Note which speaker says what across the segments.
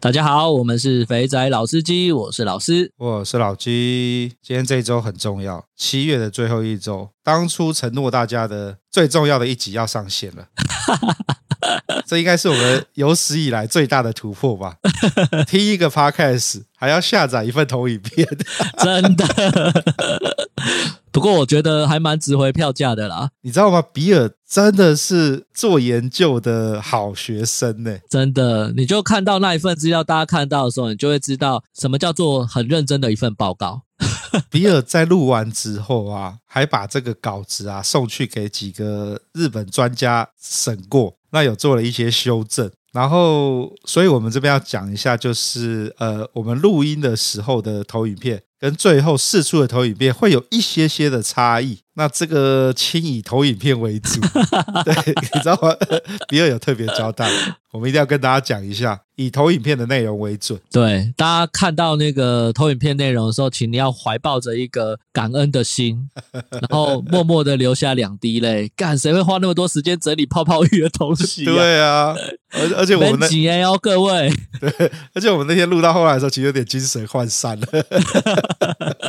Speaker 1: 大家好，我们是肥仔老司机，我是老师。
Speaker 2: 我是老鸡，今天这一周很重要，七月的最后一周，当初承诺大家的最重要的一集要上线 了。这应该是我们有史以来最大的突破吧？ 听一个 podcast 还要下载一份投影片，
Speaker 1: 真的。 不过我觉得还蛮值回票价的啦，
Speaker 2: 你知道吗？比尔真的是做研究的好学生呢、
Speaker 1: 真的。你就看到那一份资料，大家看到的时候，你就会知道什么叫做很认真的一份报告。
Speaker 2: 比尔在录完之后啊，还把这个稿子啊送去给几个日本专家审过，那有做了一些修正。然后，所以我们这边要讲一下，就是呃，我们录音的时候的投影片跟最后试出的投影片会有一些些的差异。那这个请以投影片为主，对，你知道吗？比尔有特别交代，我们一定要跟大家讲一下，以投影片的内容为准。
Speaker 1: 对，大家看到那个投影片内容的时候，请你要怀抱着一个感恩的 心，然后默默的流下两滴泪。干，谁会花那么多时间整理泡泡浴的东西、啊？，
Speaker 2: 对啊，而而且我 们
Speaker 1: 本
Speaker 2: 那
Speaker 1: 集哎哦，各位，
Speaker 2: 而且我们那天录到后来的时候，其实有点精神涣 散了。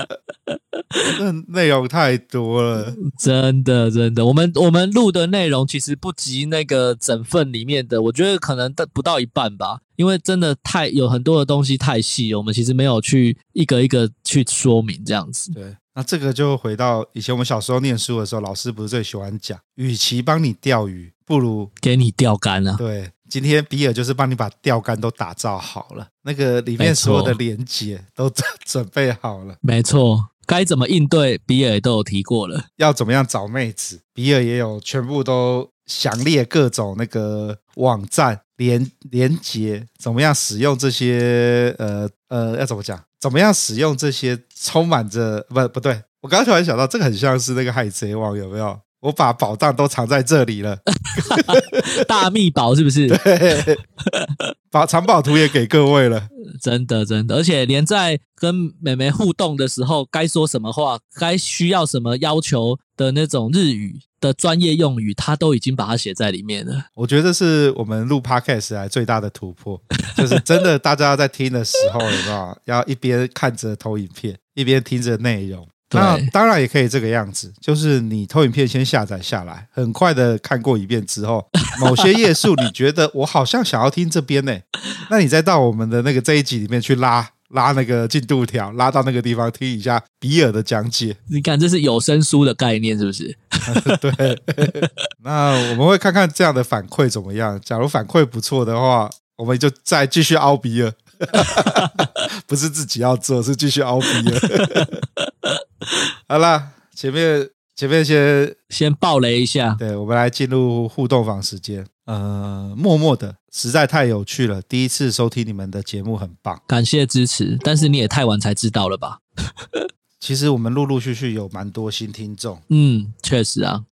Speaker 2: 那内容太多了，
Speaker 1: 嗯真的真的，我们我们录的内容其实不及那个整份里面的，我觉得可能到不到一半吧，因为真的太有很多的东西太细，我们其实没有去一个一个去说明这样子。
Speaker 2: 对。那这个就回到以前我们小时候念书的时候，老师不是最喜欢讲，与其帮你钓鱼，不如
Speaker 1: 给你钓竿啊，
Speaker 2: 对。今天比尔就是帮你把钓竿都打造好了，那个里面
Speaker 1: 没错
Speaker 2: 所有的连接都 准备好了，
Speaker 1: 没错，该怎么应对，比尔也都有提过了。
Speaker 2: 要怎么样找妹子，比尔也有全部都详列各种那个网站连连接，怎么样使用这些呃呃要怎么讲，怎么样使用这些充满着不不对，我刚刚突然想到，这个很像是那个海贼王有没有？我把宝藏都藏在这里了，
Speaker 1: 大秘宝是不是？
Speaker 2: 把藏宝图也给各位了。
Speaker 1: 真的真的，而且连在跟美眉互动的时候，该说什么话，该需要什么要求的那种日语的专业用语，他都已经把它写在里面了。
Speaker 2: 我觉得这是我们录 podcast 以来最大的突破，就是真的大家在听的时候，有没有要一边看着投影片，一边听着内容？
Speaker 1: 对
Speaker 2: 那当然也可以这个样子，就是你投影片先下载下来，很快的看过一遍之后，某些页数你觉得我好像想要听这边呢、那你再到我们的那个这一集里面去拉拉那个进度条，拉到那个地方听一下比尔的讲解。
Speaker 1: 你看，这是有声书的概念，是不是？
Speaker 2: 对， 那我们会看看这样的反馈怎么样。假如反馈不错的话，我们就再继续凹比尔， 不是自己要做，是继续凹比尔。 好啦，前面前面先，
Speaker 1: 先暴雷一下，
Speaker 2: 对我们来进入互动房时间。呃，默默的实在太有趣了，第一次收听你们的节目很棒。
Speaker 1: 感谢支持。但是你也太晚才知道了吧？
Speaker 2: 其实我们陆陆续续有蛮多新听众，
Speaker 1: 嗯，确实啊，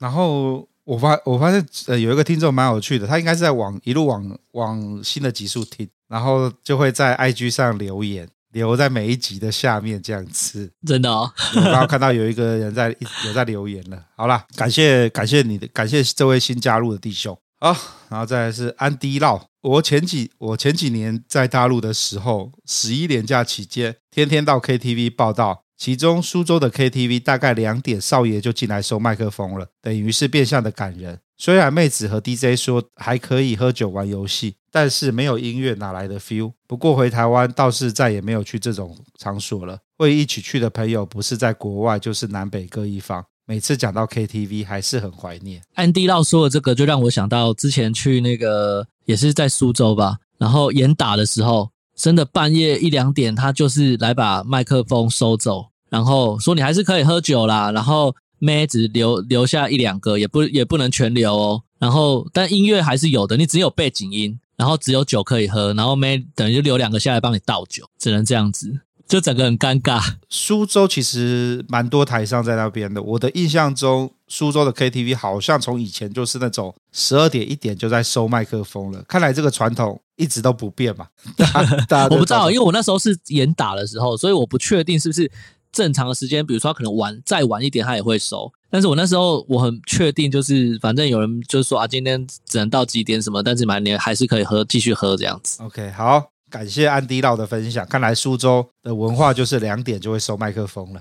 Speaker 2: 然后我发我发现呃有一个听众蛮有趣的，他应该是在往一路往往新的集数听，然后就会在 IG 上留言，留在每一集的下面这样子。
Speaker 1: 真的哦。
Speaker 2: 我刚刚看到有一个人在有在留言了。好啦，感谢感谢你的，感谢这位新加入的弟兄。好，然后再来是安迪绕。我前几我前几年在大陆的时候，十一连假期间，天天到 KTV 报道。其中苏州的 KTV 大概两点，少爷就进来收麦克风了，等于是变相的感人。虽然妹子和 DJ 说还可以喝酒玩游戏，但是没有音乐哪来的 feel？不过回台湾倒是再也没有去这种场所了。会一起去的朋友，不是在国外，就是南北各一方。每次讲到 KTV，还是很怀念。
Speaker 1: 安迪绕说的这个，就让我想到之前去那个也是在苏州吧，然后严打的时候，真的半夜一两点，他就是来把麦克风收走，然后说你还是可以喝酒啦，然后妹只留留下一两个，也不也不能全留哦。然后但音乐还是有的，你只有背景音，然后只有酒可以喝，然后妹等于就留两个下来帮你倒酒，只能这样子，就整个很尴尬。
Speaker 2: 苏州其实蛮多台商在那边的。我的印象中，苏州的 KTV 好像从以前就是那种十二点一点就在收麦克风了。看来这个传统一直都不 变嘛。大家大家都
Speaker 1: 我不知道，因
Speaker 2: 为
Speaker 1: 为我那时候是严打的时候，所以我不确定是不是正常的时间，比如说他可能晚再晚一点，他也会收。但是我那时候我很确定，就是反正有人就说啊，今天只能到几点什么，但是满年还是可以喝，继续喝这样子。
Speaker 2: OK 好。感谢安迪老的分享，看来苏州的文化就是两点就会收麦克风了。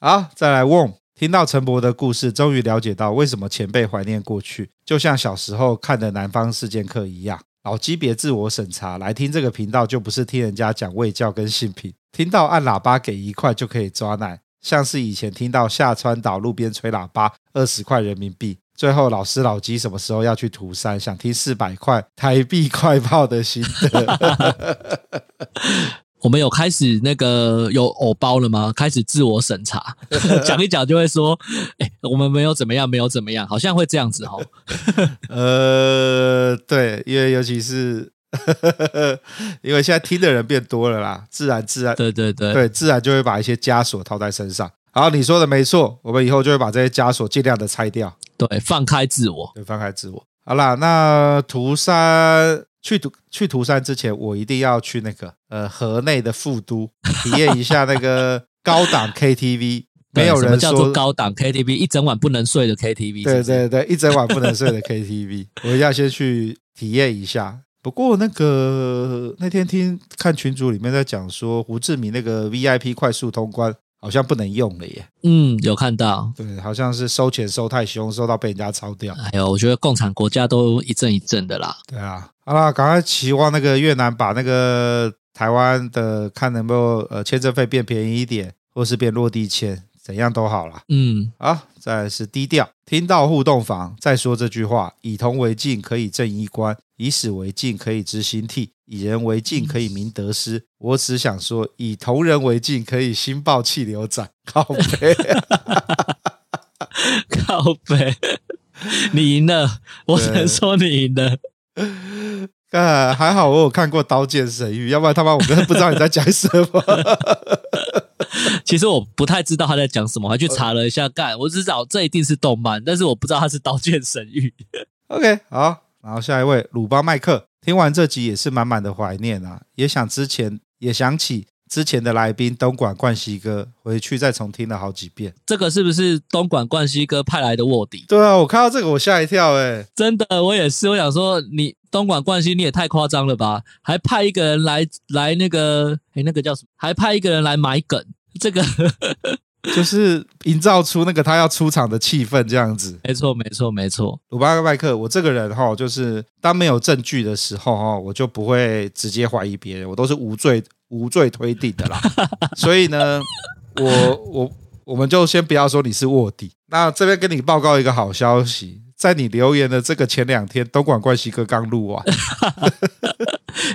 Speaker 2: 好，再来问，听到陈博的故事，终于了解到为什么前辈怀念过去，就像小时候看的《南方四剑客》一样。老级别自我审查，来听这个频道就不是听人家讲卫教跟性品，听到按喇叭给一块就可以抓奶，像是以前听到下川岛路边吹喇叭二十块人民币。最后老师老鸡什么时候要去涂山？想听四百块台币快报的心得。
Speaker 1: 我们有开始那个有偶包了吗？开始自我审查，讲一讲就会说，哎、我们没有怎么样，没有怎么样，好像会这样子 哦。
Speaker 2: 呃，对，因为尤其是 因为现在听的人变多了啦，自然自然
Speaker 1: 对对对，
Speaker 2: 对，自然就会把一些枷锁套在身上。好，你说的没错，我们以后就会把这些枷锁尽量的拆掉，
Speaker 1: 对，放开自我。
Speaker 2: 对，放开自我。好啦，那涂山去涂去涂山之前，我一定要去那个呃河内的副都体验一下那个高档 KTV，
Speaker 1: 对
Speaker 2: 没有
Speaker 1: 什么
Speaker 2: 人
Speaker 1: 叫做
Speaker 2: 说。
Speaker 1: 高档 KTV，一整晚不能睡的 KTV 是
Speaker 2: 对
Speaker 1: 不是。
Speaker 2: 对对，一整晚不能睡的 KTV，我一 定要先去体验一下。不过那个那天听看群组里面在讲说，胡志明那个 VIP 快速通关好像不能用了耶。
Speaker 1: 嗯，有看到。
Speaker 2: 对，好像是收钱收太凶，收到被人家抄掉。
Speaker 1: 哎呦，我觉得共产国家都一阵一阵的啦。
Speaker 2: 对啊，好啦，赶快期望那个越南把那个台湾的看能不能呃签证费变便宜一点，或是变落地签，怎样都好啦。
Speaker 1: 嗯，
Speaker 2: 好，啊再来是低调。听到互动房再说这句话：以铜为镜，可以正衣冠；以史为镜，可以知兴替；以人为镜，可以明得失。我只想说，以同人为镜，可以心爆气流斩。靠背。
Speaker 1: 靠北，你赢了，我只能说你赢了。
Speaker 2: 呃，还好我有看过《刀剑神域》，要不然他妈我真的不知道你在讲什么。
Speaker 1: 其实我不太知道他在讲什么，我还去查了一下，干，我只找这一定是动漫，但是我不知道他是《刀剑神域》。
Speaker 2: OK，好，然后下一位鲁邦麦克，听完这集也是满满的怀念啊，也想之前也想起之前的来宾东莞冠希哥，回去再重听了好几遍。
Speaker 1: 这个是不是东莞冠希哥派来的卧底？
Speaker 2: 对啊，我看到这个我吓一跳哎、
Speaker 1: 真的，我也是，我想说你东莞冠希你也太夸张了吧，还派一个人来来那个，哎，那个叫什么？还派一个人来买梗，这个
Speaker 2: 就是营造出那个他要出场的气氛这样子。
Speaker 1: 没错，没错，没错。
Speaker 2: 鲁巴麦克，我这个人哈，就是当没有证据的时候哈，我就不会直接怀疑别人，我都是无罪无罪推定的啦。所以呢，我我我们就先不要说你是卧底。那这边跟你报告一个好消息，在你留言的这个前两天，东莞冠希哥刚录完，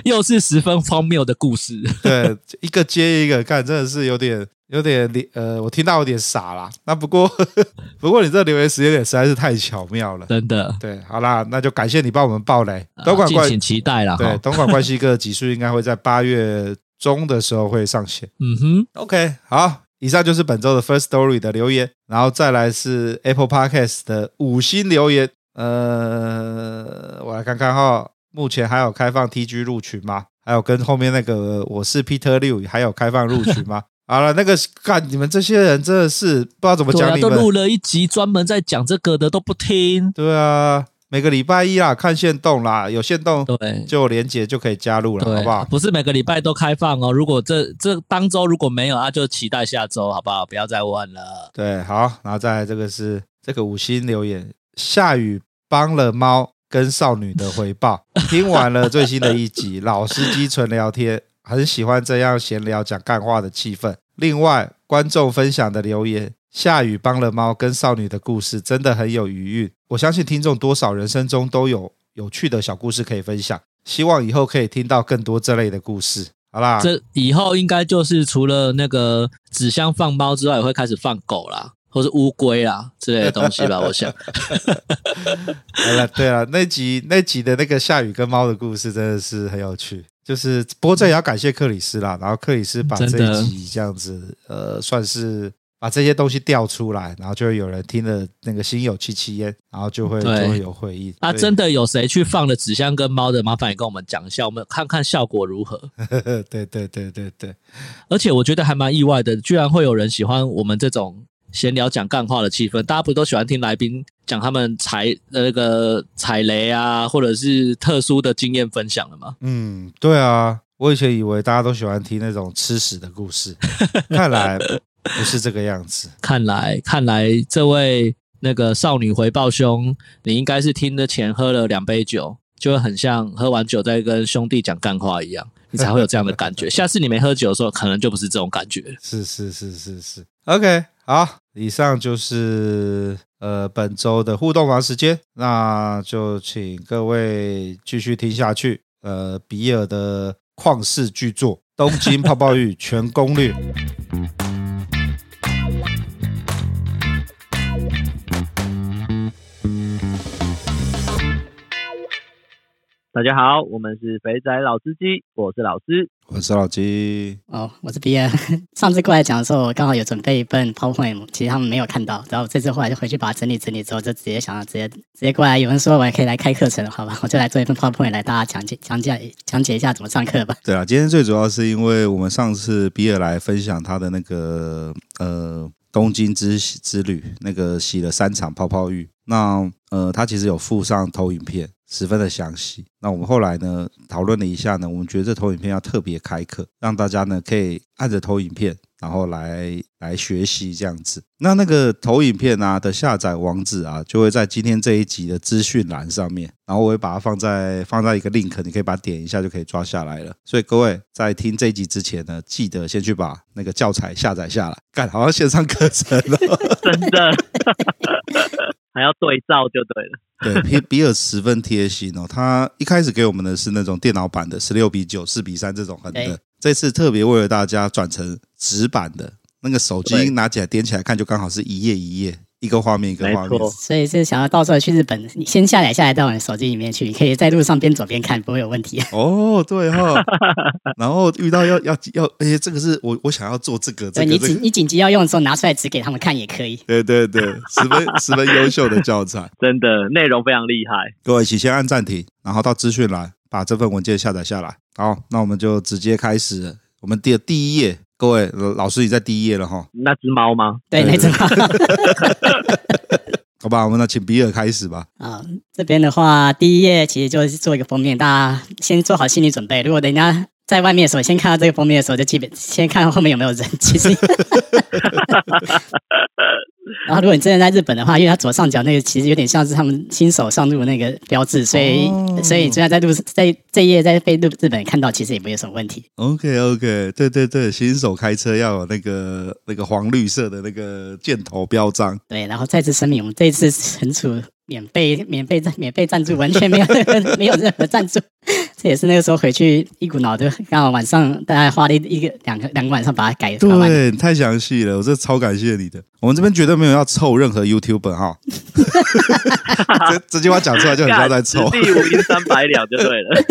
Speaker 1: 又是十分荒谬的故事。
Speaker 2: 对，一个接一个，干真的是有点有点呃，我听到有点傻啦。那不过 不过你这留言时间点实在是太巧妙了。
Speaker 1: 真的，
Speaker 2: 对，好啦，那就感谢你帮我们报雷。
Speaker 1: 啊
Speaker 2: 东莞
Speaker 1: 敬
Speaker 2: 冠
Speaker 1: 请期待啦。
Speaker 2: 对，
Speaker 1: 哈，
Speaker 2: 东莞关系哥的集数应该会在八月中的时候会上线。
Speaker 1: 嗯哼，
Speaker 2: OK，好，以上就是本周的 First Story 的留言，然后再来是 Apple Podcast 的五星留言。呃，我来看看哈，目前还有开放 TG 入群吗？还有跟后面那个我是 Peter Liu 还有开放入群 吗？好了，那个干你们这些人真的是不知道怎么
Speaker 1: 对
Speaker 2: 讲
Speaker 1: 啊，
Speaker 2: 你
Speaker 1: 都
Speaker 2: 们。
Speaker 1: 录了一集专门在讲这个的，都不听。
Speaker 2: 对啊，每个礼拜一啦，看线动啦，有线动
Speaker 1: 对
Speaker 2: 就有连接就可以加入了，
Speaker 1: 对，
Speaker 2: 好不好？
Speaker 1: 是每个礼拜都开放哦。如果这这当周如果没有，那、啊就期待下周，好不好？不要再问了。
Speaker 2: 对，好，然后再来这个是这个五星留言，下雨帮了猫，
Speaker 3: 跟少女的回报。听完了最新的一集，老司机纯聊天，很喜欢这样闲聊讲干话的气氛。另外，观众分享的留言，夏雨帮了猫跟少女的故事，真的很有余韵。我相信听众多少人生中都有有趣的小故事可以分享，希望以后可以听到更多这类的故事。好
Speaker 2: 啊
Speaker 3: 啦，
Speaker 1: 这以后应该就是除了那个纸箱放猫之外，也会开始放狗啦，或是乌龟啦之类的 东西吧。我想，
Speaker 3: 好了，哎对了，那集那集的那个下雨跟猫的故事真的是很有趣，就是不过这也要感谢克里斯啦，然后克里斯把这
Speaker 1: 嗯真的
Speaker 3: 一集这样子，呃，算是把这些东西调出来，然后就会有人听了那个心有戚戚焉，然后就会就
Speaker 1: 对
Speaker 3: 会有回应
Speaker 1: 啊，
Speaker 3: 对
Speaker 1: 真的有谁去放了纸箱跟猫的，麻烦也跟我们讲一下，我们看看效果如何。
Speaker 3: 对 对对对对，
Speaker 1: 而且我觉得还蛮意外的，居然会有人喜欢我们这种闲聊讲干话的气氛。大家不都喜欢听来宾讲他们踩呃那个踩雷啊，或者是特殊的经验分享了吗？
Speaker 3: 嗯，对啊，我以前以为大家都喜欢听那种吃屎的故 事，看来不是这个样子。
Speaker 1: 看来看来这位那个少女回报兄，你应该是听的前喝了两杯酒，就会很像喝完酒在跟兄弟讲干话一样，你才会有这样的感 觉。下次你没喝酒的时候，可能就不是这种感觉了。
Speaker 3: 是是是是是，OK，好，以上就是呃本周的互动房时间，那就请各位继续听下去。呃，比尔的旷世巨作《东京泡泡浴全攻略》，
Speaker 4: 大家好，我们是肥仔老司机，我是老师。
Speaker 3: 我是老鸡，
Speaker 5: 哦，我是 B N。上 次过来讲的时候，我刚好有准备一份 PowerPoint，其实他们没有看到。然后我这次后来就回去把它整理整理之后，就直接想要直接直接过来。有人说我也可以来开课程，好吧，我就来做一份 PowerPoint 来大家讲解讲解讲解一下怎么上课吧。
Speaker 2: 对啊，今天最主要是因为我们上次比尔来分享他的那个呃东京之之旅，那个洗了三场泡泡浴。那呃，他其实有附上投影片，十分的详细。那我们后来呢讨论了一下呢，我们觉得这投影片要特别开课，让大家呢可以按着投影片，然后来来学习这样子。那那个投影片啊的下载网址啊，就会在今天这一集的资讯栏上面，然后我会把它放在放在一个 link，你可以把它点一下就可以抓下来了。所以各位在听这一集之前呢，记得先去把那个教材下载下来。干，好像线上课程哦。
Speaker 4: 真的， 还要对照就对了。
Speaker 2: 对，比比尔十分贴心哦。他一开始给我们的是那种电脑版的十六比九、四比三这种横的
Speaker 5: 对，
Speaker 2: 这次特别为了大家转成纸版的，那个手机
Speaker 4: 对
Speaker 2: 拿起来点起来看，就刚好是一页一页，一个画面一个画
Speaker 4: 没
Speaker 2: 面
Speaker 4: 错。
Speaker 5: 所以是想要到时候去日本，你先下载下来到我的手机里面去，你可以在路上边走边看，不会有问题。啊
Speaker 2: 哦，对哈、然后遇到要要要，哎、这个是我我想要做这个，这
Speaker 5: 所
Speaker 2: 个
Speaker 5: 以你
Speaker 2: 这
Speaker 5: 紧
Speaker 2: 个，
Speaker 5: 你紧急要用的时候拿出来指给他们看也可以。
Speaker 2: 对对对，十分十分优秀的教材。
Speaker 4: 真的，内容非常厉害。
Speaker 2: 各位，请先按暂停，然后到资讯栏把这份文件下载下来。好，那我们就直接开始了我们第第一页。各位老师已经在第一页了哈，
Speaker 4: 那只猫 吗？
Speaker 5: 对，
Speaker 2: 对
Speaker 5: 那种。
Speaker 2: 好吧，我们那请比尔开始吧。
Speaker 5: 啊、这边的话，第一页其实就是做一个封面，大家先做好心理准备。如果人家在外面的时候，先看到这个封面的时候，就基本先看后面有没有人。其实， 然后如果你真的在日本的话，因为它左上角那个其实有点像是他们新手上路的那个标志，所以、所以你就算在路在这一页在被日日本人看到，其实也没有什么问题。
Speaker 2: OK OK，对对对，新手开车要有那个那个黄绿色的那个箭头标章。
Speaker 5: 对，然后再次声明，我们这一次惩处免费、免费、免费赞助，完全没有 任何没有任何赞助。这也是那个时候回去一股脑的，刚好晚上大概花了一一个两个两个晚上把它改改完。
Speaker 2: 对，你太详细了，我这超感谢你的。我们这边绝对没有要凑任何 YouTuber 哈，这这句话讲出来就很像在凑。
Speaker 4: 地无银三百两就对了。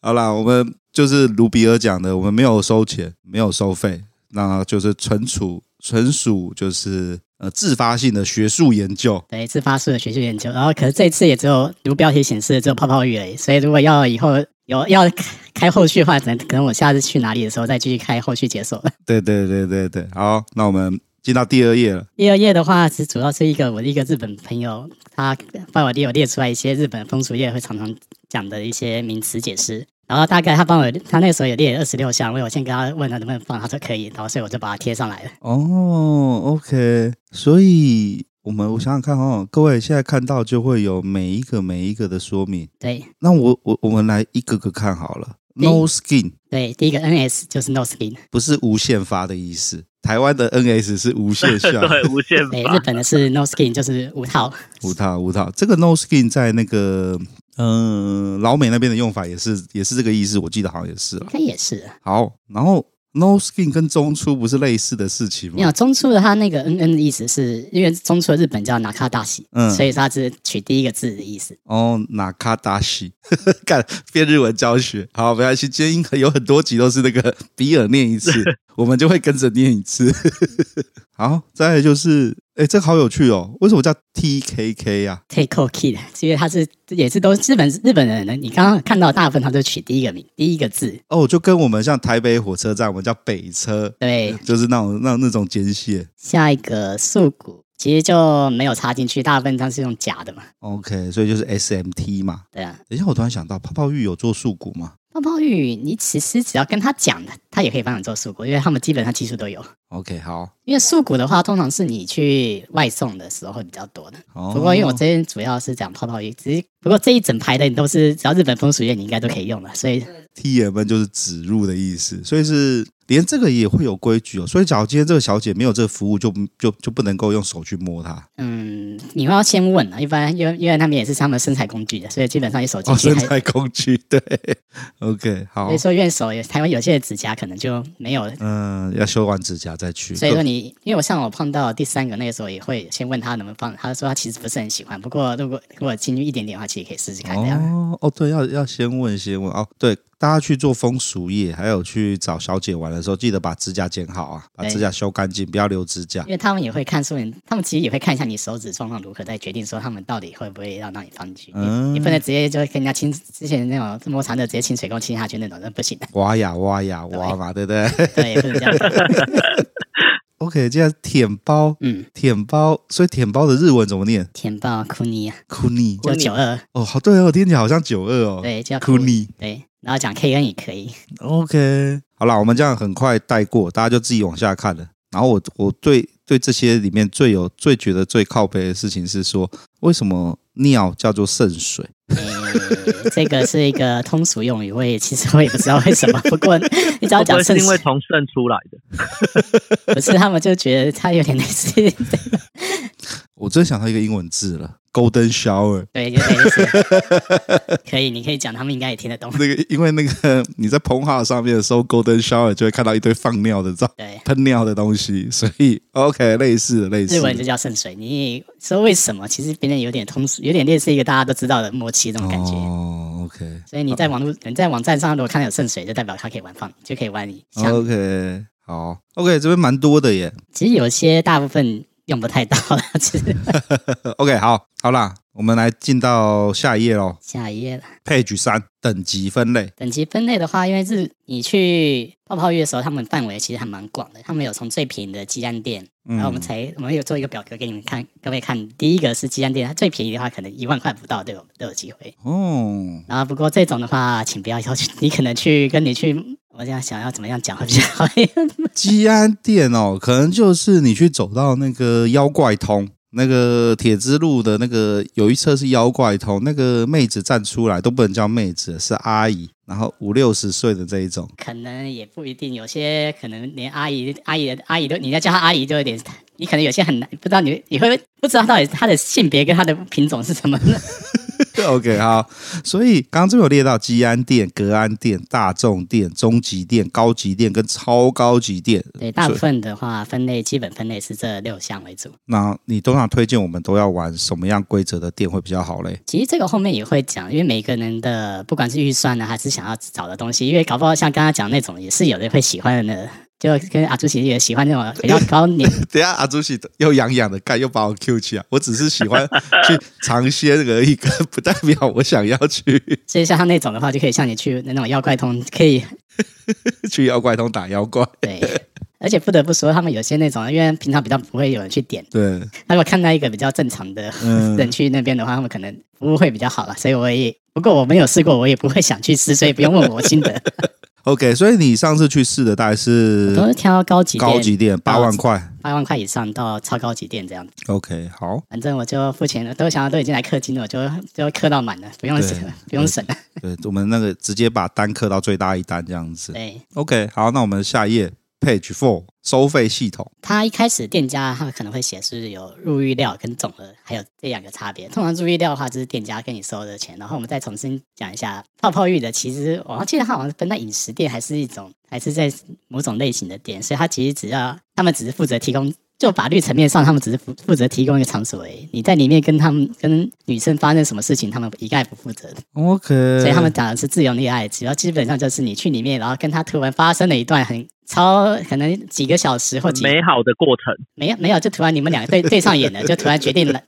Speaker 2: 好啦，我们就是卢比尔讲的，我们没有收钱，没有收费，那就是纯属纯属就是呃自发性的学术研究。
Speaker 5: 对，自发式的学术研究。然后，可是这次也只有如标题显示的只有泡泡浴而已。所以，如果要以后有要开开后续的话，可能可能我下次去哪里的时候再继续开后续解锁。
Speaker 2: 对对对对对，好，那我们进到第二页了。
Speaker 5: 第二页的话，是主要是一个我的一个日本朋友，他帮我列有列出来一些日本风俗业会常常讲的一些名词解释，然后大概他帮我，他那时候有列二十六项，我有先跟他问他能不能放，他说可以，然后所以我就把它贴上来了。
Speaker 2: 哦，OK，所以我们我想想看哦，各位现在看到就会有每一个每一个的说明。
Speaker 5: 对
Speaker 2: 那我我我们来一个个看好了。No skin
Speaker 5: 对，第一个 NS 就是 No Skin，
Speaker 2: 不是无限发的意思，台湾的 NS 是无限下
Speaker 4: 对，无限
Speaker 5: 对，
Speaker 4: 法
Speaker 5: 日，本的是 No Skin，就是无套。
Speaker 2: 五套五套。这个 No skin 在那个嗯、呃老美那边的用法也是也是这个意思，我记得好像也是
Speaker 5: 应
Speaker 2: 了。
Speaker 5: 该也是。
Speaker 2: 好，然后 No skin 跟中出不是类似的事情
Speaker 5: 没
Speaker 2: 吗
Speaker 5: 有？中出的它那个 N N 的意思是，因为中出的日本叫拿卡大喜，
Speaker 2: 嗯
Speaker 5: 所以它是取第一个字的意思。
Speaker 2: 哦，哪卡达西， 干变日文教学。好，没关系，今天有很多集都是那个 比尔念一 次，我们就会跟着念一次。 好，再来就是，哎，这个好有趣哦，为什么叫 TKK 啊？
Speaker 5: Take o key 的，其实它是也是都日本日本人的，你刚刚看到大部分他都取第一个名第一个字，
Speaker 2: 哦，就跟我们像台北火车站，我们叫北车，
Speaker 5: 对，
Speaker 2: 就是那种那那种简写。
Speaker 5: 下一个素骨其实就没有插进去，大部分它是用假的嘛，
Speaker 2: OK，所以就是 SMT 嘛。
Speaker 5: 对啊。
Speaker 2: 等一下，我突然想到，泡泡浴有做素骨吗
Speaker 5: 泡泡浴，你其实只要跟他讲的，他也可以帮你做素骨，因为他们基本上技术都有。
Speaker 2: ？OK，好。
Speaker 5: 因为素骨的话，通常是你去外送的时候会比较多的。
Speaker 2: 哦
Speaker 5: 不过因为我这边主要是讲泡泡浴，只是不过这一整排的你都是只要日本风俗院，你应该都可以用了。所以
Speaker 2: T M 就是指入的意思，所以是连这个也会有规矩哦。所以，假如今天这个小姐没有这个服务就，就就不能够用手去摸它。
Speaker 5: 嗯，你要先问啊，一般因为因为他们也是他们身材工具的，所以基本上一手进
Speaker 2: 哦，
Speaker 5: 去
Speaker 2: 身
Speaker 5: 还。
Speaker 2: 材工具， 对，OK，好
Speaker 5: 所以，说，院手有台湾有些指甲可能就没有
Speaker 2: 嗯、要修完指甲再去。哦
Speaker 5: 所以说你，因为我像我碰到第三个那个时候，也会先问他能不能帮，他说他其实不是很喜欢，不过如果如果进去一点点的话，其实可以试试看这样。
Speaker 2: 哦哦，对，要要先问先问哦。对，大家去做风俗业，还有去找小姐玩的时候，记得把指甲剪好啊，把
Speaker 5: 对
Speaker 2: 指甲修干净，不要留指甲
Speaker 5: 因。为他们也会看说你，他们其实也会看一下你手指状况如何，再决定说他们到底会不会要让你放进去。
Speaker 2: 嗯。
Speaker 5: 你你不能直接就跟人家亲，之前那种摸长的直接清水沟亲下去那种，那不行的
Speaker 2: 挖呀挖呀挖嘛，对不对
Speaker 5: 对，不能这 样子。
Speaker 2: ？OK，接下来舔包，
Speaker 5: 嗯，
Speaker 2: 舔包，所以舔包的日文怎么念？
Speaker 5: 填报库尼啊，
Speaker 2: 库尼
Speaker 5: 就九二，
Speaker 2: 哦，好对哦，听起来好像九二哦。
Speaker 5: 对，叫
Speaker 2: 库尼。
Speaker 5: 对，然后讲 K N 也可以。
Speaker 2: OK，好啦，我们这样很快带过，大家就自己往下看了。然后我我对对这些里面最有最觉得最靠背的事情是说，为什么尿叫做圣水？
Speaker 5: 诶呃这个是一个通俗用语，我也其实我也不知道为什么。不过你只要
Speaker 4: 会不
Speaker 5: 讲
Speaker 4: 会
Speaker 5: 圣
Speaker 4: 是因为
Speaker 5: 水，
Speaker 4: 从肾出来的？
Speaker 5: 不是他们就觉得它有点类似，
Speaker 2: 我真想到一个英文字了，Golden Shower。
Speaker 5: 对，有点类似。可以，你可以讲，他们应该也听得懂。
Speaker 2: 那个，因为那个 你在 p o n h u b 上面搜 Golden Shower，就会看到一堆放尿的照、
Speaker 5: 对，
Speaker 2: 喷尿的东西，所以 OK，类似的类似
Speaker 5: 日
Speaker 2: 的。
Speaker 5: 文就叫圣水。你说为什么？其实别人有点通俗，有点类似一个大家都知道的默契那种感觉。
Speaker 2: 哦，OK，
Speaker 5: 所以你在网络、你在网站上如果看到有圣水，就代表它可以玩放，就可以玩你。
Speaker 2: 哦
Speaker 5: 像、
Speaker 2: OK，好，OK，这边蛮多的耶。
Speaker 5: 其实有些大部分用不太到了。其实
Speaker 2: 呃 OK，好，好啦，我们来进到下一页喽。
Speaker 5: 下一页了，
Speaker 2: Page 三，等级分类。
Speaker 5: 等级分类的话，因为是你去泡泡浴的时候，他们范围其实还蛮广的。他们有从最便宜的鸡蛋店，
Speaker 2: 嗯
Speaker 5: 然后我们才我们有做一个表格给你们看，各位看。第一个是鸡蛋店，它最便宜的话可能一万块不到都有都有机会。
Speaker 2: 哦，
Speaker 5: 然后不过这种的话，请不要要求你可能去跟你去，我这样想要怎么样讲会比较好。
Speaker 2: 基安店哦，可能就是你去走到那个妖怪通。那个铁之路的那个有一侧是妖怪通，那个妹子站出来都不能叫妹子，是阿姨，然后五六十岁的这一种，
Speaker 5: 可能也不一定，有些可能连阿姨、阿姨、阿姨都，你在叫她阿姨就有点，你可能有些很难不知道你你会不知道到底她的性别跟她的品种是什么呢？
Speaker 2: OK，好，所以刚刚这边有列到基安店、格安店、大众店、中级店、高级店跟超高级店。
Speaker 5: 对，大部
Speaker 2: 所以
Speaker 5: 分的话分类基本分类是这六项为主。
Speaker 2: 那你通常推荐我们都要玩什么样规则的店会比较好嘞？
Speaker 5: 其实这个后面也会讲，因为每个人的不管是预算啊呢，还是想要找的东西，因为搞不好像刚刚讲那种，也是有人会喜欢的呢。就跟阿朱其实也喜欢那种比较高年
Speaker 2: 等一下阿朱喜又痒痒的干，又把我 Q 起来。我只是喜欢去尝鲜而已，不代表我想要去
Speaker 5: 所以像他那种的话，就可以像你去那种妖怪通，可 以
Speaker 2: 去妖怪通打妖怪。
Speaker 5: 对。而且不得不说，他们有些那种，因为平常比较不会有人去点，
Speaker 2: 对，
Speaker 5: 那如果看到一个比较正常的
Speaker 2: 嗯
Speaker 5: 人去那边的话，他们可能服务会比较好了。所以我也不过我没有试过，我也不会想去试，所以不用问我心得。
Speaker 2: OK，所以你上次去试的大概 是
Speaker 5: 都是挑高级
Speaker 2: 高级
Speaker 5: 店，
Speaker 2: 店，八万块。
Speaker 5: 八万块以上到超高级店这样子。
Speaker 2: OK，好，
Speaker 5: 反正我就付钱了，都想到都已经来氪金了，我就就氪到满了，不用
Speaker 2: 对
Speaker 5: 省， 不用省了。
Speaker 2: 对我们那个直接把单刻到最大一单这样子。
Speaker 5: 对
Speaker 2: OK，好，那我们下一页 Page Four 收费系统。
Speaker 5: 他一开始店家他可能会写是有入浴料跟总额，还有这两个差别。通常入浴料的话，就是店家跟你收的钱，然后我们再重新讲一下泡泡浴的。其实我记得它好像分在饮食店，还是一种，还是在某种类型的店，所以它其实只要他们只是负责提供。就法律层面上，他们只是负负责提供一个场所而已。你在里面跟他们跟女生发生什么事情，他们一概不负责的。
Speaker 2: OK，
Speaker 5: 所以他们讲的是自由恋爱，只要基本上就是你去里面，然后跟他突然发生了一段很超可能几个小时或
Speaker 4: 很
Speaker 5: 几
Speaker 4: 美好的过程，
Speaker 5: 没有没有，就突然你们两 个对对上眼了，就突然决定了，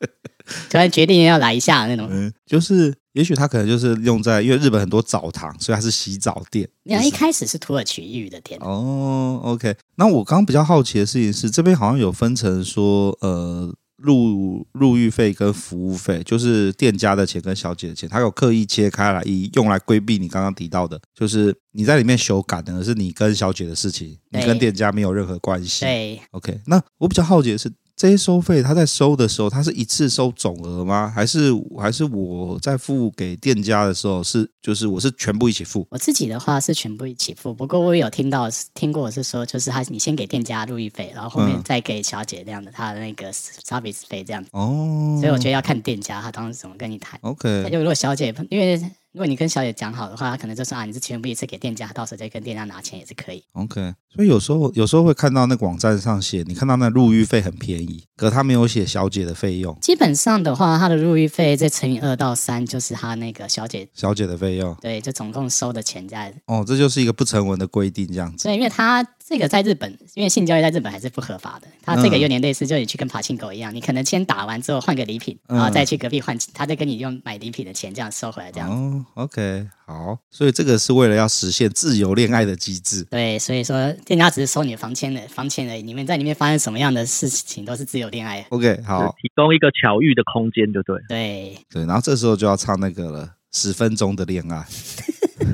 Speaker 5: 突然决定要来一下那种。
Speaker 2: 嗯， 就是也许他可能就是用在，因为日本很多澡堂，所以它是洗澡店。
Speaker 5: 你看
Speaker 2: 就是
Speaker 5: 一开始是土耳其浴的店，
Speaker 2: 哦，OK。那我刚刚比较好奇的事情是，这边好像有分成说，呃，入入浴费跟服务费，就是店家的钱跟小姐的钱，它有刻意切开来，以用来规避你刚刚提到的，就是你在里面修改的是你跟小姐的事情，你
Speaker 5: 对
Speaker 2: 跟店家没有任何关系。
Speaker 5: 对，
Speaker 2: OK，那我比较好奇的是，这些收费他在收的时候，他是一次收总额吗？还是还是我在付给店家的时候是就是我是全部一起付？
Speaker 5: 我自己的话是全部一起付，不过我有听到听过是说，就是他你先给店家入浴费，然后后面
Speaker 2: 嗯
Speaker 5: 再给小姐这样的她的那个 service 费这样子，
Speaker 2: 哦，
Speaker 5: 所以我觉得
Speaker 2: 得
Speaker 5: 要看店家他当时怎么跟你谈。那
Speaker 2: OK
Speaker 5: 就如果小姐，因为如果你跟小姐讲好的话，她可能就说啊，你是全部一次给店家，到时候再跟店家拿钱也是可以。
Speaker 2: OK，所以有时候有时候会看到那个网站上写，你看到那入浴费很便宜，可他没有写小姐的费用，
Speaker 5: 基本上的话，她的入浴费再乘以二到三，就是她那个小姐
Speaker 2: 小姐的费用
Speaker 5: 对，就总共收的钱在。
Speaker 2: 哦，这就是一个不成文的规定，这样子。
Speaker 5: 所以，因为她这个在日本，因为性交易在日本还是不合法的，她这个
Speaker 2: 嗯
Speaker 5: 有点类似，就你去跟爬行狗一样，你可能先打完之后换个礼品，然后
Speaker 2: 嗯
Speaker 5: 再去隔壁换，她再跟你用买礼品的钱这样收回来，这样。
Speaker 2: 哦，OK，好，所以这个是为了要实现自由恋爱的机制。
Speaker 5: 对，所以说店家只是收你的房钱的房钱而已，你们在里面发生什么样的事情都是自由恋爱。
Speaker 2: OK，
Speaker 4: 就
Speaker 5: 嗯
Speaker 2: 好，
Speaker 4: 提供一个巧遇的空间就对了。
Speaker 5: 对，
Speaker 2: 对，然后这时候就要唱那个了，十分钟的恋爱。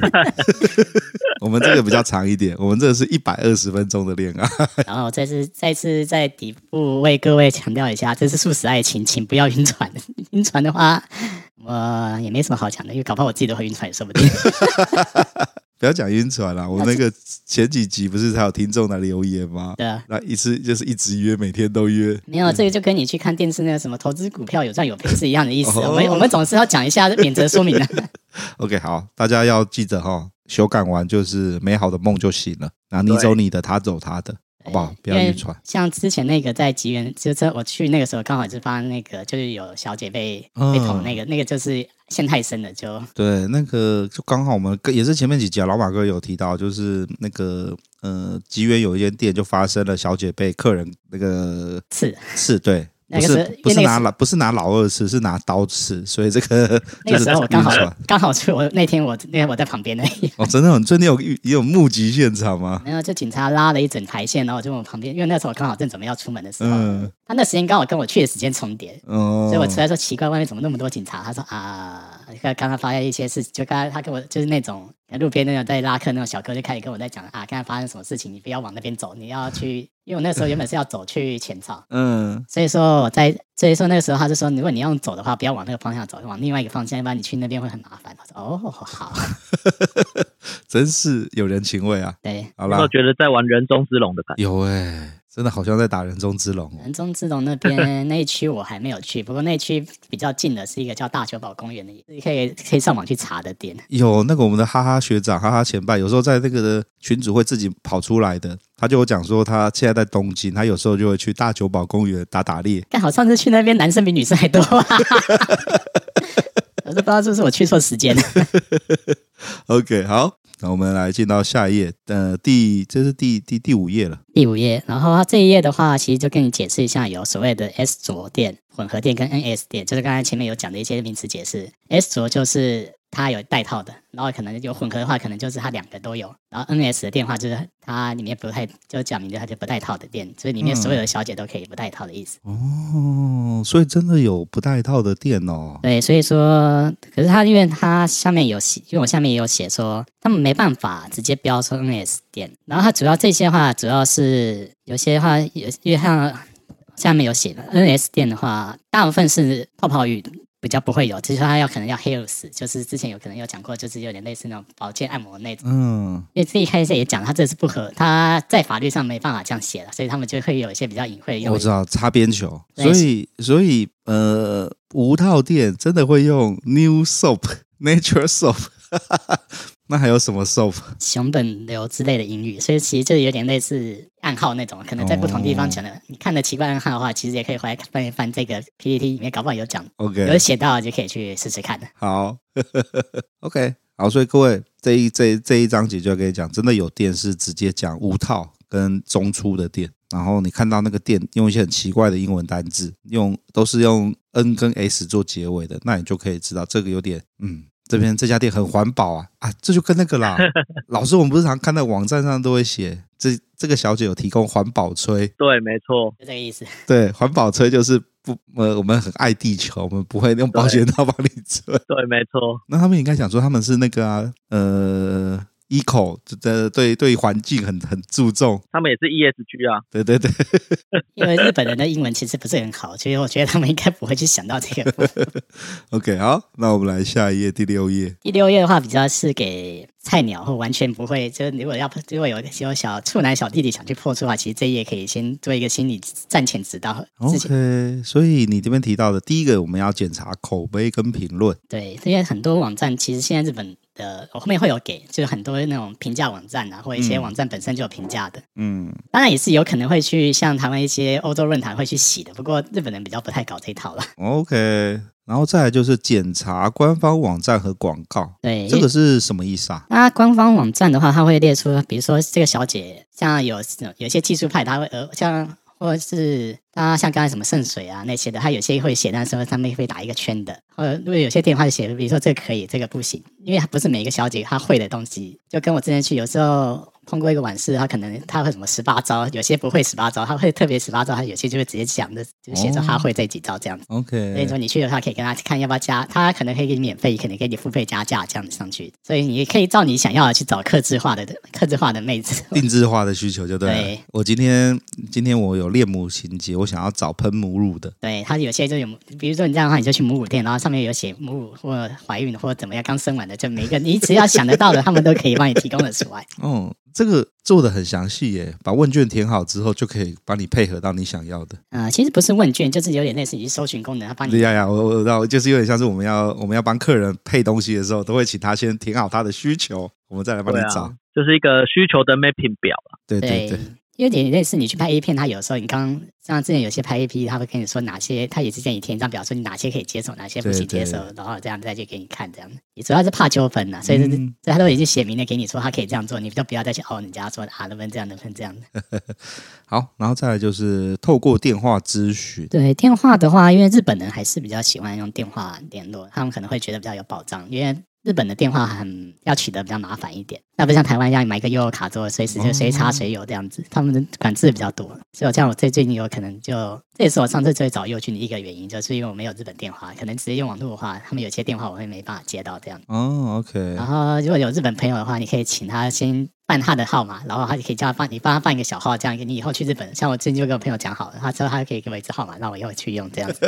Speaker 2: 我们这个比较长一点，我们这个是一百二十分钟的恋爱。
Speaker 5: 然后再次再次在底部为各位强调一下，这是素食爱情，请不要晕船。 晕船的话，我也没什么好讲的，因为搞不好我自己都会晕船，也说不定。
Speaker 2: 不要讲晕船啦，我那个前几集不是才有听众来留言吗？
Speaker 5: 对啊，
Speaker 2: 那一次就是一直约，每天都约。
Speaker 5: 没有这个就跟你去看电视那个什么投资股票有赚有赔是一样的意思。
Speaker 2: 哦
Speaker 5: 我们我们总是要讲一下 免责说明的。
Speaker 2: OK，好，大家要记得哈、修改完就是美好的梦就行了。然后你走你的，他走他的，好不 好？不要
Speaker 5: 哎因为
Speaker 2: 晕船。
Speaker 5: 像之前那个在吉原，就是我去那个时候刚好就发那个，就是有小姐被被捅
Speaker 2: 嗯
Speaker 5: 那个，那个就是陷太深了，就
Speaker 2: 对，那个就刚好我们跟也是前面几集啊，老马哥有提到，就是那个呃，吉原有一间店就发生了小姐被客人那个
Speaker 5: 刺。
Speaker 2: 刺，对，
Speaker 5: 那
Speaker 2: 不
Speaker 5: 个
Speaker 2: 是
Speaker 5: 是
Speaker 2: 不
Speaker 5: 因
Speaker 2: 是
Speaker 5: 为那个
Speaker 2: 拿老不是拿老二刺，是拿刀刺，所以这个
Speaker 5: 那个
Speaker 2: 就是
Speaker 5: 时候我刚好
Speaker 2: 晕船
Speaker 5: 刚好去，我那天我那天我在旁边而已。
Speaker 2: 哦，真的很，真的有遇也有目击现场吗？
Speaker 5: 然后就警察拉了一整排线，然后我就往旁边，因为那时候我刚好正准备要出门的时候，
Speaker 2: 嗯
Speaker 5: 他那时间刚好跟我去的时间重叠，
Speaker 2: 哦，
Speaker 5: 所以我出来说奇怪，外面怎么那么多警察？他说啊，刚刚刚发现一些事，就刚刚他跟我就是那种路边那种在拉客那种小哥就开始跟我在讲啊，刚才发生什么事情，你不要往那边走，你要去，因为我那时候原本是要走去浅草。
Speaker 2: 嗯，
Speaker 5: 所以说我在，所以说那个时候他就说，如果你要走的话，不要往那个方向走，往另外一个方向，要不然你去那边会很麻烦。我说哦，好，
Speaker 2: 真是有人情味啊！
Speaker 5: 对，
Speaker 2: 好
Speaker 4: 有
Speaker 2: 啦
Speaker 4: 没有，觉得在玩人中之龙的感觉？
Speaker 2: 有哎、真的好像在打人中之龙哦。
Speaker 5: 人中之龙那边那一区我还没有去，不过那一区比较近的是一个叫大久保公园的，可以可以上网去查的店。
Speaker 2: 有那个我们的哈哈学长、哈哈前辈，有时候在那个的群组会自己跑出来的。他就有讲说，他现在在东京，他有时候就会去大久保公园打打猎。
Speaker 5: 刚好上次去那边男生比女生还多、啊， 我都不知道是不是我去错时间了。
Speaker 2: OK，好，那我们来进到下一页，呃，第这是第第第五页了。
Speaker 5: 第五页，然后它这一页的话，其实就跟你解释一下，有所谓的 S 卓店、混合店跟 NS 店，就是刚才前面有讲的一些名词解释。S 卓就是它有带套的，然后可能有混合的话，可能就是它两个都有。然后 NS 的电话就是它里面不太，就讲明它就不带套的店，所以里面所有的小姐都可以不带套的意思。
Speaker 2: 哦，所以真的有不带套的店哦。
Speaker 5: 对，所以说，可是它因为它下面有写，因为我下面也有写说，他们没办法直接标出 NS 店，然后它主要这些话主要是有些话有，因为像下面有写的 NS 店的话，大部分是泡泡浴比较不会有，就是它要可能要 heels，就是之前有可能有讲过，就是有点类似那种保健按摩那种。
Speaker 2: 嗯，
Speaker 5: 因为自己开始也讲，它这是不合，它在法律上没办法这样写了，所以他们就会有一些比较隐晦的用
Speaker 2: 我
Speaker 5: 语
Speaker 2: 知。道擦边球，
Speaker 5: 对
Speaker 2: 所以所以呃，无套店真的会用 new soap、nature soap，那还有什么 soap？
Speaker 5: 熊本流之类的英语，所以其实就有点类似暗号那种，可能在不同地方讲的。你看的奇怪暗号的话，其实也可以回来翻一翻这个 PPT 里面，搞不好有讲，有
Speaker 2: OK，
Speaker 5: 写到就可以去试试看的。
Speaker 2: 好 ，OK，好，所以各位这一这一这一章节就要跟你讲，真的有店是直接讲无套跟中出的店，然后你看到那个店用一些很奇怪的英文单字，用都是用 N 跟 S 做结尾的，那你就可以知道这个有点嗯。这边这家店很环保啊啊，这就跟那个啦，老师，我们不是常看到网站上都会写，这这个小姐有提供环保吹，
Speaker 4: 对，没错，
Speaker 5: 就这个意思。
Speaker 2: 对，环保吹就是不呃，我们很爱地球，我们不会用保险套帮你吹，
Speaker 4: 对，没错，
Speaker 2: 那他们应该想说他们是那个啊，呃，eco 的对对环境很很注重，
Speaker 4: 他们也是 ESG 啊，
Speaker 2: 对对对，
Speaker 5: 因为日本人的英文其实不是很好，所以我觉得他们应该不会去想到这个部分。
Speaker 2: OK，好，那我们来下一页，第六页，
Speaker 5: 第六页的话，比较是给菜鸟或完全不会，就是如果要如果有有小处男小弟弟想去破处的话，其实这一页可以先做一个心理战前指导。
Speaker 2: 哦
Speaker 5: 之前
Speaker 2: OK，所以你这边提到的第一个，我们要检查口碑跟评论。
Speaker 5: 对，因为很多网站其实现在日本的我后面会有给，就是很多那种评价网站啊，或一些
Speaker 2: 嗯
Speaker 5: 网站本身就有评价的。
Speaker 2: 嗯，
Speaker 5: 当然也是有可能会去像台湾一些欧洲论坛会去洗的，不过日本人比较不太搞这一套了。
Speaker 2: OK，然后再来就是检查官方网站和广告，
Speaker 5: 对，
Speaker 2: 这个是什么意思啊？
Speaker 5: 那官方网站的话，它会列出，比如说这个小姐，像有有些技术派，他会呃，像或者是他像刚才什么圣水啊那些的，他有些会写，那时候上面会打一个圈的，或者如果有些电话就写，比如说这个可以，这个不行，因为它不是每个小姐她会的东西，就跟我之前去有时候。碰过一个晚市，她可能她会什么十八招，有些不会十八招，她会特别十八招，她有些就会直接讲的，就写说她会这几招这样子。所以
Speaker 2: OK，
Speaker 5: 说你去的话，可以跟他看要不要加，他可能可以给你免费，可能给你付费加价这样子上去。所以你可以照你想要的去找客制化的客制化的妹子。
Speaker 2: 定制化的需求就对了。
Speaker 5: 对
Speaker 2: 我今天今天我有恋母情节，我想要找喷母乳的。
Speaker 5: 对，他有些就有，比如说你这样的话，你就去母乳店，然后上面有写母乳或怀孕或怎么样刚生完的，就每一个你只要想得到的，他们都可以帮你提供的出来。
Speaker 2: 哦，这个做的很详细耶，把问卷填好之后就可以帮你配合到你想要的。
Speaker 5: 嗯、其实不是问卷，就是有点类似于搜寻功能，他帮你。
Speaker 2: 呀呀，我我知道，就是有点像是我们要我们要帮客人配东西的时候，都会请他先填好他的需求，我们再来帮你
Speaker 4: 对啊
Speaker 2: 找。
Speaker 4: 就是一个需求的 mapping 表啊，
Speaker 2: 对对
Speaker 5: 对
Speaker 2: 对，
Speaker 5: 因为你类似你去拍 A 片，他有时候你刚像之前有些拍 A P，他会跟你说哪些，他也是建议填一张表，说你哪些可以接受，哪些不
Speaker 2: 对
Speaker 5: 行接
Speaker 2: 对
Speaker 5: 受，然后这样再去给你看这样。你主要是怕纠纷呐、所以、是
Speaker 2: 嗯
Speaker 5: 所以他都已经写明了给你说他可以这样做，你就不要再去哦人家说啊能不能这样，能不能这样。
Speaker 2: 好，然后再来就是透过电话咨询。
Speaker 5: 对电话的话，因为日本人还是比较喜欢用电话联络，他们可能会觉得比较有保障，因为。日本的电话很要取得比较麻烦一点，那不像台湾一样买个优卡之后随时就随插随有这样子，他们的管制比较多，所以我像我最最近有可能就这也是我上次最早又去的一个原因，就是因为我没有日本电话，可能直接用网络的话，他们有些电话我会没办法接到这样。
Speaker 2: 哦，OK，
Speaker 5: 然后如果有日本朋友的话，你可以请他先办他的号码，然后他就可以叫他帮你帮他办一个小号，这样你以后去日本，像我最近就跟我朋友讲好了，他之后他可以给我一支号码，让我以后去用这样子。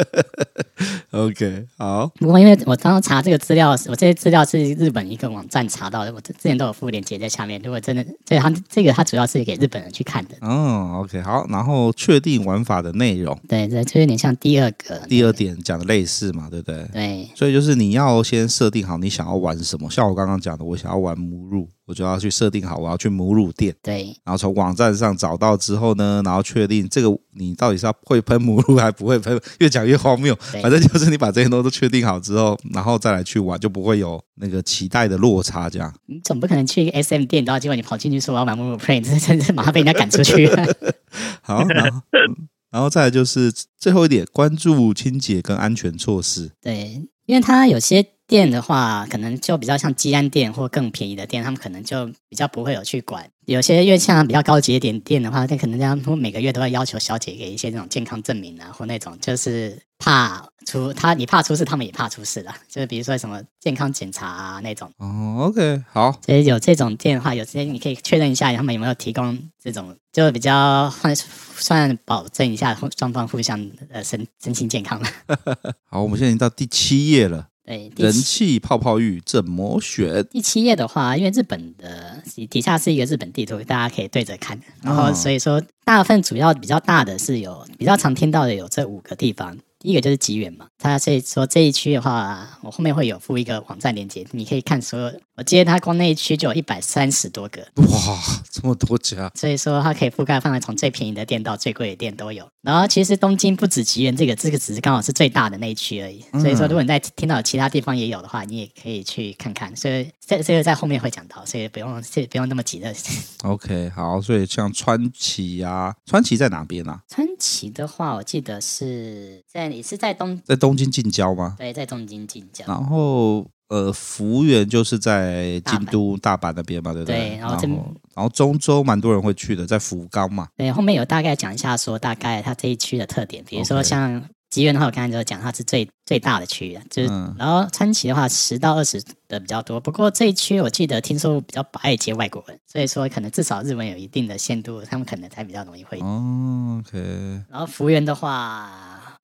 Speaker 2: OK，好，
Speaker 5: 不过因为我当时查这个资料，我这些资料是日本一个网站查到的，我之之前都有附链接在下面。如果真的，所以他这个他主要是给日本人去看的。
Speaker 2: 哦，OK，好，然后确定玩法的内容。
Speaker 5: 对，这就有点像第二个。
Speaker 2: 第二点讲的类似嘛，对不对？
Speaker 5: 对
Speaker 2: 所以就是你要先设定好你想要玩什么，像我刚刚讲的，我想要玩母乳，我就要去设定好我要去母乳店，
Speaker 5: 对
Speaker 2: 然后从网站上找到之后呢，然后确定这个你到底是要会喷母乳还不会喷，越讲越荒谬。
Speaker 5: 对
Speaker 2: 反正就是你把这些都都确定好之后，然后再来去玩，就不会有那个期待的落差。这样
Speaker 5: 你总不可能去一个 SM 店，然后结果你跑进去说我要买 m o Play，这真是马上被人家赶出去。
Speaker 2: 好，然后、嗯然后再来就是最后一点，关注清洁跟安全措施。
Speaker 5: 对，因为它有些店的话，可能就比较像基安店或更便宜的店，他们可能就比较不会有去管。有些越像比较高级一点店的话，那可能他们每个月都要要求小姐给一些那种健康证明啊，或那种就是怕出他你怕出事，他们也怕出事啦。就是比如说什么健康检查啊那种，
Speaker 2: 哦，OK，好，
Speaker 5: 所以有这种店的话，有些你可以确认一下他们有没有提供这种，就比较算算保证一下双方互相呃身身心健康了。
Speaker 2: 好，我们现在已经到第七页了，
Speaker 5: 对，第
Speaker 2: 人
Speaker 5: 七
Speaker 2: 气泡泡浴怎么选？
Speaker 5: 第七页的话，因为日本的底下是一个日本地图，大家可以对着看。然后所以说，大部分主要比较大的是有比较常听到的有这五个地方。第一个就是吉原嘛，它所以说这一区的话，我后面会有附一个网站链接，你可以看所有。我记得它光那一区就有一百三十多个，
Speaker 2: 哇，这么多家，
Speaker 5: 所以说它可以覆盖范围从最便宜的店到最贵的店都有。然后其实东京不止吉原这个，这个只是刚好是最大的那一区而已。所以说，如果你在听到其他地方也有的话，你也可以去看看。所以这这个在后面会讲到，所以不用这不用那么急的。
Speaker 2: OK，好，所以像川崎啊，川崎在哪边啊？
Speaker 5: 川崎的话，我记得是在你是在东
Speaker 2: 在东京近郊吗？
Speaker 5: 对，在东京近郊。
Speaker 2: 然后呃，福原就是在京都大阪那边嘛，对不
Speaker 5: 对
Speaker 2: 然
Speaker 5: 然
Speaker 2: 后
Speaker 5: 后这
Speaker 2: 然后中州蛮多人会去的，在福冈嘛。
Speaker 5: 对，后面有大概讲一下说大概它这一区的特点，比如说
Speaker 2: OK
Speaker 5: 像吉原的话，我刚才就讲它是最最大的区域啊，就是、
Speaker 2: 嗯
Speaker 5: 然后川崎的话十到二十的比较多，不过这一区我记得听说比较不爱接外国人，所以说可能至少日文有一定的限度，他们可能才比较容易会。
Speaker 2: 哦，OK，
Speaker 5: 然后服务员的话，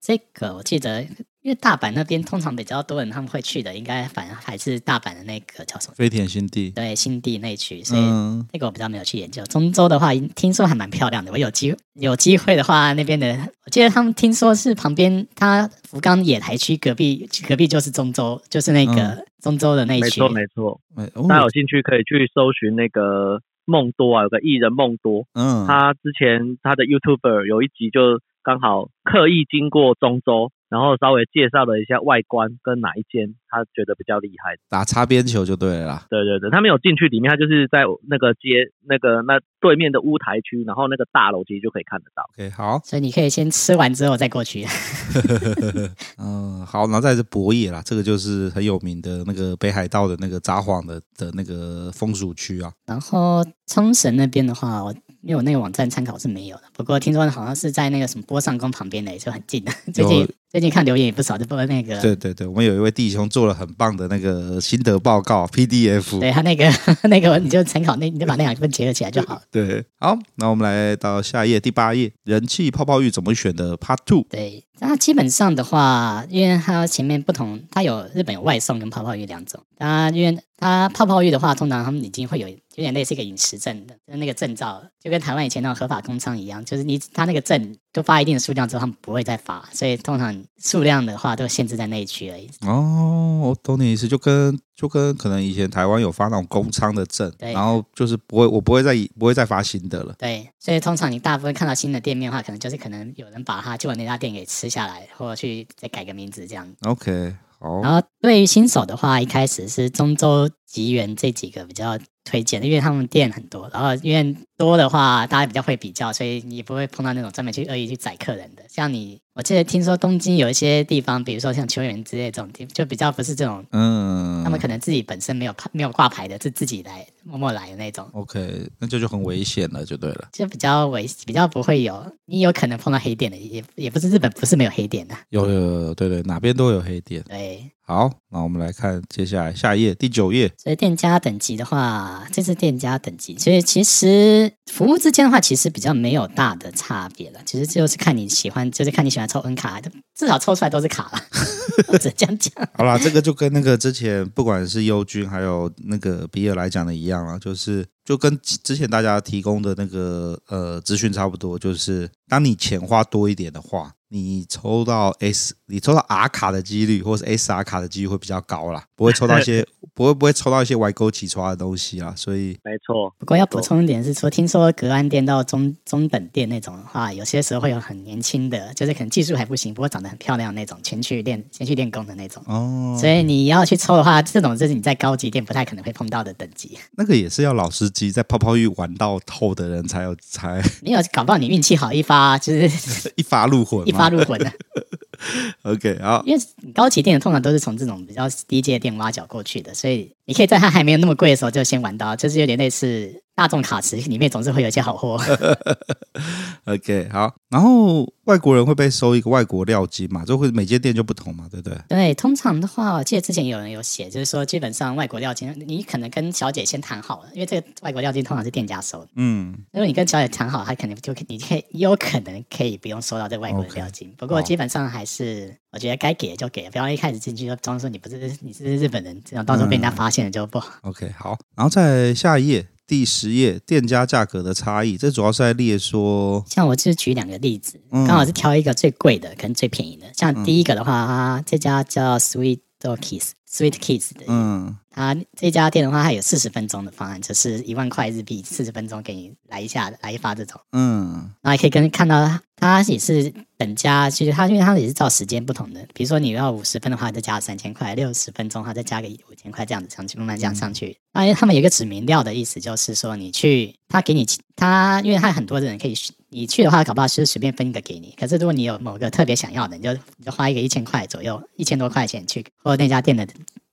Speaker 5: 这个我记得。因为大阪那边通常比较多人，他们会去的，应该反而还是大阪的那个叫什么？
Speaker 2: 飞田新地。
Speaker 5: 对，新地那一区，所以
Speaker 2: 嗯，
Speaker 5: 那个我比较没有去研究。中州的话，听说还蛮漂亮的。我有机有机会的话，那边的，我记得他们听说是旁边，它福冈野台区隔壁，隔壁就是中州，就是那个中州的那一
Speaker 4: 嗯没
Speaker 5: 区。
Speaker 4: 错没错，
Speaker 2: 哎
Speaker 4: 大家
Speaker 2: 哦
Speaker 4: 有兴趣可以去搜寻那个梦多啊，有个艺人梦多，
Speaker 2: 嗯，
Speaker 4: 他之前他的 YouTuber 有一集就刚好刻意经过中州，然后稍微介绍了一下外观跟哪一间他觉得比较厉害。
Speaker 2: 打擦边球就对了啦。
Speaker 4: 对对对，他没有进去里面，他就是在那个街那个那对面的屋台区，然后那个大楼其实就可以看得到。
Speaker 2: OK，好，
Speaker 5: 所以你可以先吃完之后再过去。
Speaker 2: 嗯，好，然后再来是博野啦，这个就是很有名的那个北海道的那个札幌的的那个风俗区啊。
Speaker 5: 然后冲绳那边的话，我因为我那个网站参考是没有的，不过听说好像是在那个什么波上宫旁边的，也就很近的。最近最近看留言也不少，就不过那个
Speaker 2: 对对对，我们有一位弟兄做了很棒的那个心得报 告 PDF，
Speaker 5: 对他那个 那个，你就参考那，你就把那两份结合起来就好了。
Speaker 2: 对，好，那我们来到下一页第八页，人气泡泡浴怎么选的 Part Two。
Speaker 5: 对，那基本上的话，因为它前面不同，它有日本有外送跟泡泡浴两种。它因为它泡泡浴的话，通常他们已经会有有点类似一个饮食证的，就是那个证照，就跟台湾以前那种合法工厂一样，就是你它那个证就发一定的数量之后，他们不会再发，所以通常数量的话都限制在那一区而已。
Speaker 2: 哦，我懂你意思，就跟就跟可能以前台湾有发那种工仓的证，
Speaker 5: 对
Speaker 2: 然后就是不会，我不会再不会再发新的了。
Speaker 5: 对，所以通常你大部分看到新的店面的话，可能就是可能有人把它旧的那家店给吃下来，或者去再改个名字这样
Speaker 2: OK，好，
Speaker 5: 然后对于新手的话，一开始是中州、吉原这几个比较推荐的，因为他们店很多，然后因为多的话，大家比较会比较，所以你不会碰到那种专门去恶意去宰客人的。像你，我记得听说东京有一些地方，比如说像球员之类这种地，就比较不是这种，
Speaker 2: 嗯，
Speaker 5: 他们可能自己本身没有牌没有挂牌的，是自己来默默来的那种。
Speaker 2: OK，那这就很危险了，就对了。
Speaker 5: 就比较危，比较不会有，你有可能碰到黑店的，也也不是日本不是没有黑店的、
Speaker 2: 有有有有，对对，哪边都有黑店。
Speaker 5: 对，
Speaker 2: 好，那我们来看接下来下一页第九页，
Speaker 5: 所以店家等级的话，这是店家等级，所以其实服务之间的话，其实比较没有大的差别了。其实就是看你喜欢，就是看你喜欢抽 N 卡，至少抽出来都是卡了。 我只能这样讲，
Speaker 2: 好啦，这个就跟那个之前不管是优君还有那个比尔来讲的一样啊，就是就跟之前大家提供的那个呃资讯差不多，就是当你钱花多一点的话，你抽到 S 你抽到 R 卡的几率或是 SR 卡的几率会比较高啦，不会抽到一 些不会不会抽到一些歪勾起刷的东西啦，所以
Speaker 4: 没错，
Speaker 5: 不过要补充一点是说，听说隔岸店到中中等店那种的话，有些时候会有很年轻的，就是可能技术还不行，不过长得很漂亮那种，先去练先去练功的那种。
Speaker 2: 哦，
Speaker 5: 所以你要去抽的话，这种就是你在高级店不太可能会碰到的等级。
Speaker 2: 那个也是要老司机在泡泡浴玩到透的人才有才
Speaker 5: 没有，搞不好你运气好一发就是
Speaker 2: 一发入魂嘛，
Speaker 5: 一发入魂了。啊
Speaker 2: OK，好，
Speaker 5: 因为高级店通常都是从这种比较低阶店挖角过去的，所以你可以在它还没有那么贵的时候就先玩到，就是有点类似大众卡池里面总是会有一些 好货。
Speaker 2: OK，好。然后外国人会被收一个外国料金嘛，就会每间店就不同嘛，对不对？
Speaker 5: 对，通常的话，我记得之前有人有写，就是说基本上外国料金，你可能跟小姐先谈好了，因为这个外国料金通常是店家收的。
Speaker 2: 嗯，
Speaker 5: 如果你跟小姐谈好，她可能就可你可以也有可能可以不用收到这外国的
Speaker 2: OK，
Speaker 5: 料金。不过
Speaker 2: 哦
Speaker 5: 基本上还是我觉得该给的就给，不要一开始进去就装说你不是你是日本人，这样到时候被
Speaker 2: 嗯
Speaker 5: 人家发现了就不好。
Speaker 2: OK，好，然后在下一页第十页，店家价格的差异，这主要是在列说，
Speaker 5: 像我就举两个例子，
Speaker 2: 嗯
Speaker 5: 刚好是挑一个最贵的跟最便宜的。像第一个的话，它这家叫 Sweet Kiss Sweet Kiss 的，
Speaker 2: 嗯
Speaker 5: 它这家店的话，它有四十分钟的方案，就是一万块日币，四十分钟给你来一下来一发这种。
Speaker 2: 嗯
Speaker 5: 然后也可以跟看到它它也是等价，其实它因为它也是照时间不同的，比如说你要五十分的话，再加三千块；六十分钟的话，再加个五千块，这样子上去，慢慢这样上去。那因为他们有一个指明料的意思，就是说你去，他给你他，因为他很多人可以选你去的话，搞不好是随便分一个给你。可是如果你有某个特别想要的，你就你就花一个一千块左右，一千多块钱去，或者那家店的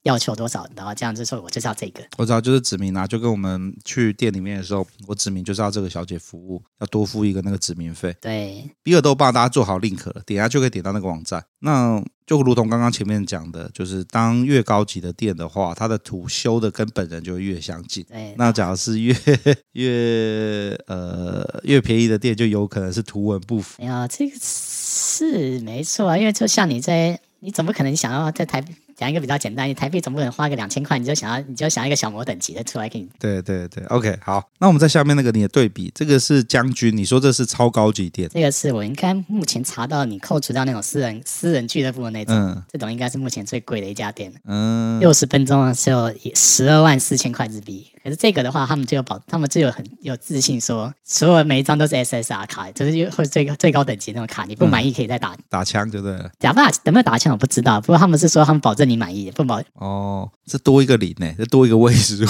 Speaker 5: 要求多少，然后这样就说我就是要这个。
Speaker 2: 我知道就是指明啊，就跟我们去店里面的时候，我指明就是要这个小姐服务，要多付一个那个指明费。
Speaker 5: 对，
Speaker 2: 比尔豆爸大家做好 link 了，点下就可以点到那个网站。那就如同刚刚前面讲的，就是当越高级的店的话，它的图修的跟本人就会越相近。
Speaker 5: 对
Speaker 2: 那假如是越呃越呃越便宜的店，就有可能是图文不符。
Speaker 5: 哎呀，这个是没错啊，因为就像你在，你总不可能想要在台讲一个比较简单，你台币总不可能花个两千块，你就想要你就想要一个小模等级的出来给你。
Speaker 2: 对对对，OK，好。那我们在下面那个你的对比，这个是将军，你说这是超高级店，
Speaker 5: 这个是我应该目前查到，你扣除掉那种私人私人俱乐部的那种，
Speaker 2: 嗯
Speaker 5: 这种应该是目前最贵的一家店了。
Speaker 2: 嗯，
Speaker 5: 六十分钟的时候，十二万四千块日币。可是这个的话，他们就有保，他们就有很有自信说，所有每一张都是 SSR 卡，就是会最高最高等级那种卡，你不
Speaker 2: 嗯
Speaker 5: 满意可以再打
Speaker 2: 打枪就对了。
Speaker 5: 打不打能不能打枪我不知道，不过他们是说他们保证你满意，不保
Speaker 2: 哦，这多一个零呢、这多一个位数，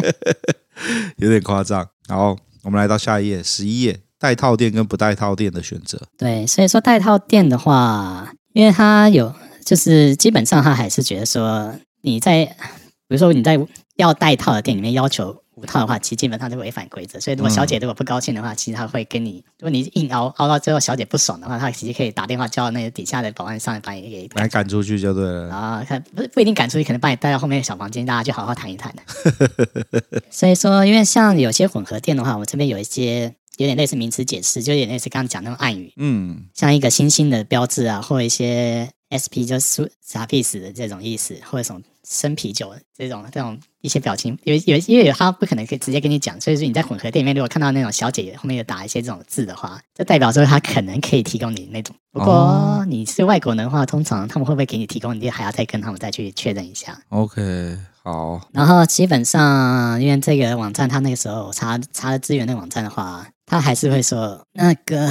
Speaker 2: 有点夸张。然后我们来到下一页，十一页，带套店跟不带套店的选择。
Speaker 5: 对，所以说带套店的话，因为他有就是基本上他还是觉得说你在，比如说你在要带套的店里面要求五套的话，其实基本上就违反规则。所以如果小姐如果不高兴的话，其实他会跟你，如果你硬熬熬到最后小姐不爽的话，他其实可以打电话叫那个底下的保安上来把你给
Speaker 2: 把你赶出去就对了。
Speaker 5: 啊，看不不一定赶出去，可能把你带到后面的小房间，大家去好好谈一谈。所以说，因为像有些混合店的话，我这边有一些有点类似名词解释，就有点类似刚刚讲那种暗语，
Speaker 2: 嗯
Speaker 5: 像一个星星的标志啊，或一些 SP 就是傻逼死的这种意思，或者什么生啤酒这种这种一些表情，有有因为有他不可能可以直接跟你讲，所以说你在混合店里面，如果看到那种小姐后面有打一些这种字的话，就代表说他可能可以提供你那种。不过
Speaker 2: 哦
Speaker 5: 你是外国人的话，通常他们会不会给你提供，你就还要再跟他们再去确认一下。
Speaker 2: ，OK，好，
Speaker 5: 然后基本上，因为这个网站，它那个时候我查查了资源的网站的话，它还是会说那个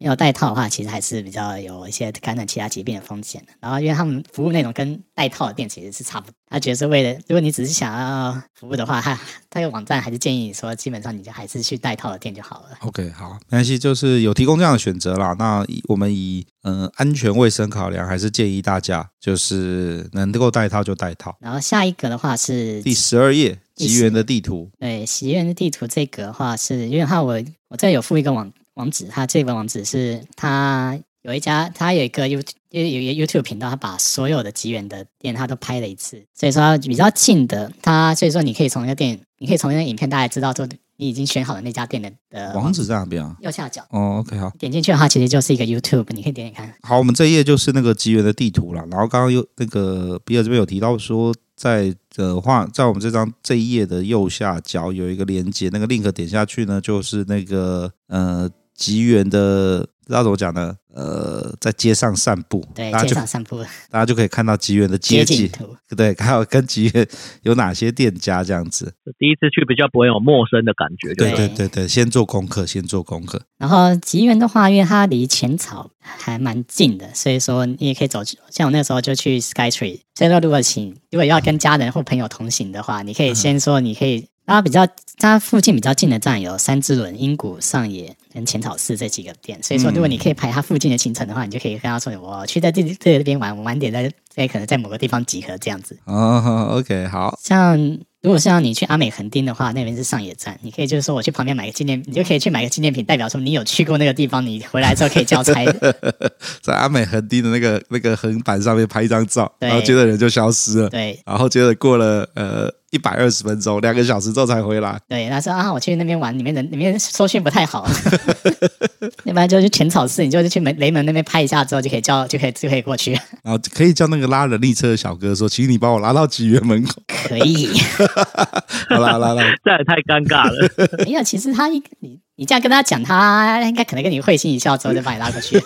Speaker 5: 要戴套的话，其实还是比较有一些感染其他疾病的风险的。然后，因为他们服务内容跟戴套的店其实是差不多，他觉得是为了，如果你只是想要服务的话，他他个网站还是建议你说，基本上你就还是去戴套的店就好了。
Speaker 2: OK，好，没关系，就是有提供这样的选择啦。那以我们以嗯、呃安全卫生考量，还是建议大家就是能够带套就带套。
Speaker 5: 然后下一个的话是
Speaker 2: 第十二页，
Speaker 5: 第
Speaker 2: 吉原的地图。
Speaker 5: 对，喜宴的地图这个的话是，因为它我我这有附一个网网址，它这个网址是它有一家，它有一个 You 有有一个 YouTube 频道，它把所有的吉原的店它都拍了一次，所以说它比较近的，它所以说你可以从那个店，你可以从那个影片大概知道说你已经选好了那家店的的
Speaker 2: 网址在哪边啊？
Speaker 5: 右下角。
Speaker 2: 哦，OK，好，
Speaker 5: 点进去的话，其实就是一个 YouTube，你可以点点看。
Speaker 2: 好，我们这一页就是那个吉原的地图啦。然后刚刚又那个比尔这边有提到说，在的话，在我们这张这一页的右下角有一个连接，那个 link 点下去呢，就是那个呃吉原的，不知道怎么讲呢？呃，在街上散步，
Speaker 5: 对，
Speaker 2: 大家
Speaker 5: 街
Speaker 2: 就
Speaker 5: 上散步
Speaker 2: 大家就可以看到吉原的街
Speaker 5: 街
Speaker 2: 景
Speaker 5: 景，图，
Speaker 2: 对，还有跟吉原有哪些店家这样子。
Speaker 4: 第一次去比较不会有陌生的感觉，就
Speaker 2: 对
Speaker 4: 是
Speaker 2: 对对对，先做功课，先做功课。
Speaker 5: 然后吉原的话，因为它离浅草还蛮近的，所以说你也可以走去。像我那时候就去 Sky Tree。所以说，如果请如果要跟家人或朋友同行的话，你可以先说你可以。它比较它附近比较近的站有三之轮、英谷、上野跟浅草寺这几个店，所以说如果你可以排它附近的行程的话，你就可以跟他说我去在这这这边玩，我晚点在在可能在某个地方集合这样子。
Speaker 2: 啊，OK，好，
Speaker 5: 像如果是让你去阿美横丁的话，那边是上野站，你可以就是说我去旁边买个纪念，你就可以去买个纪念品，代表说你有去过那个地方，你回来之后可以 交差。
Speaker 2: 在阿美横丁的那个那个横板上面拍一张照，
Speaker 5: 对
Speaker 2: 然后接着人就消失了，
Speaker 5: 对
Speaker 2: 然后接着过了呃一百二十分钟，两个小时之后才回来。
Speaker 5: 对，他说啊，我去那边玩，里面人里面搜讯不太好，要不然就去浅草寺，你就去门雷门那边拍一下之后就可以叫就可以就可以过去，
Speaker 2: 然后可以叫那个拉人力车的小哥说，请你把我拉到吉原门口。
Speaker 5: 可以。
Speaker 2: 好啦好啦好啦，
Speaker 4: 这也太尴尬了。
Speaker 5: 没有，其实他一你你这样跟他讲，他应该可能跟你会心一笑之后就把你拉过去。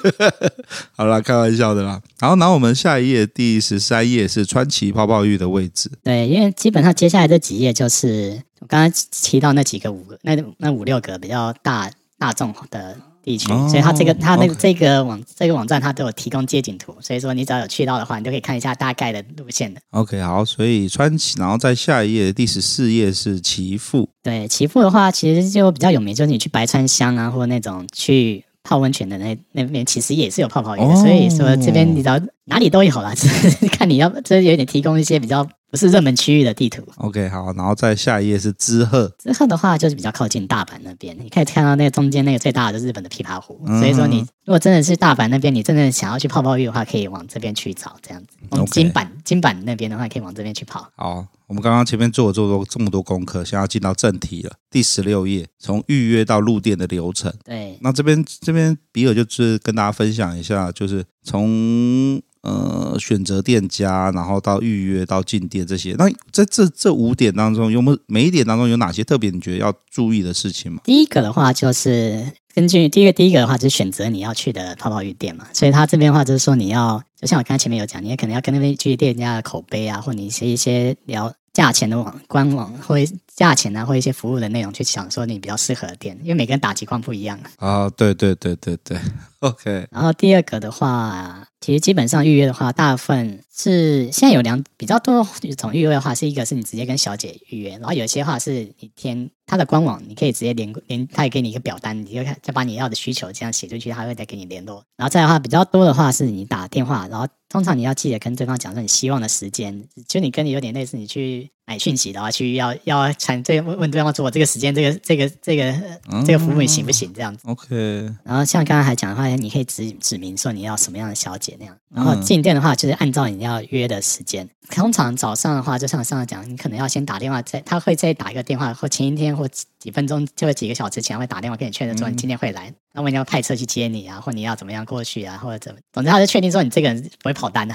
Speaker 2: 好啦，开玩笑的啦。然后，然后我们下一页第十三页是川崎泡泡浴的位置。
Speaker 5: 对，因为基本上接下来这几页就是我刚刚提到那几个五个那那五六个比较大大众的地区，
Speaker 2: 哦
Speaker 5: 所以它这个它那个
Speaker 2: OK
Speaker 5: 这个网这个网站它都有提供街景图，所以说你只要有去到的话，你都可以看一下大概的路线的。
Speaker 2: OK，好，所以川崎，然后在下一页第十四页是岐阜。
Speaker 5: 对，岐阜的话，其实就比较有名，就是你去白川乡啊，或者那种去泡温泉的那那边，其实也是有泡泡浴的。
Speaker 2: 哦
Speaker 5: 所以说这边你到哪里都有啦，只是 看你要，这有点提供一些比较不是热门区域的地图。
Speaker 2: OK，好，然后在下一页是滋贺。
Speaker 5: 之后的话就是比较靠近大阪那边，你可以看到那个中间那个最大的就是日本的琵琶湖。所以说你
Speaker 2: 嗯
Speaker 5: 如果真的是大阪那边，你真的想要去泡泡浴的话，可以往这边去找这样子。往
Speaker 2: 嗯 OK
Speaker 5: 金板金板那边的话，可以往这边去跑。
Speaker 2: 好，我们刚刚前面做了做多这么多功课，现在要进到正题了。第十六页，从预约到入店的流程。
Speaker 5: 对，
Speaker 2: 那这边这边比尔就是跟大家分享一下，就是从呃选择店家，然后到预约到进店这些。那在这这五点当中，有没有每一点当中有哪些特别你觉得要注意的事情吗？
Speaker 5: 第一个的话就是根据第一个第一个的话就是选择你要去的泡泡浴店嘛，所以他这边的话就是说你要，就像我刚才前面有讲，你也可能要跟那边去店家的口碑啊，或你一些一些聊价钱的网官网或价钱啊，或一些服务的内容去想说你比较适合的店，因为每个人打击况不一样。
Speaker 2: 啊，对对对对对，OK，
Speaker 5: 然后第二个的话，其实基本上预约的话，大部分是现在有两比较多种预约的话，是一个是你直接跟小姐预约，然后有些话是你填他的官网，你可以直接连连，他也给你一个表单，你就看再把你要的需求这样写出去，他会再给你联络。然后再来的话比较多的话是你打电话，然后通常你要记得跟对方讲说你希望的时间，就你跟你有点类似，你去买讯息的话，去要要传对问问对方说我这个时间这个这个这个这个服务你行不行这样子。
Speaker 2: OK，
Speaker 5: 嗯然后像刚刚还讲的话，你可以指指明说你要什么样的小姐那样。然后进店的话，就是按照你要约的时间。通常早上的话，就像我上次讲，你可能要先打电话，再他会再打一个电话，或前一天或几几分钟，就几个小时前会打电话跟你确认说你哎今天会来，那么你要派车去接你啊，或你要怎么样过去啊，或者怎么，总之他就确定说你这个人不会跑单的、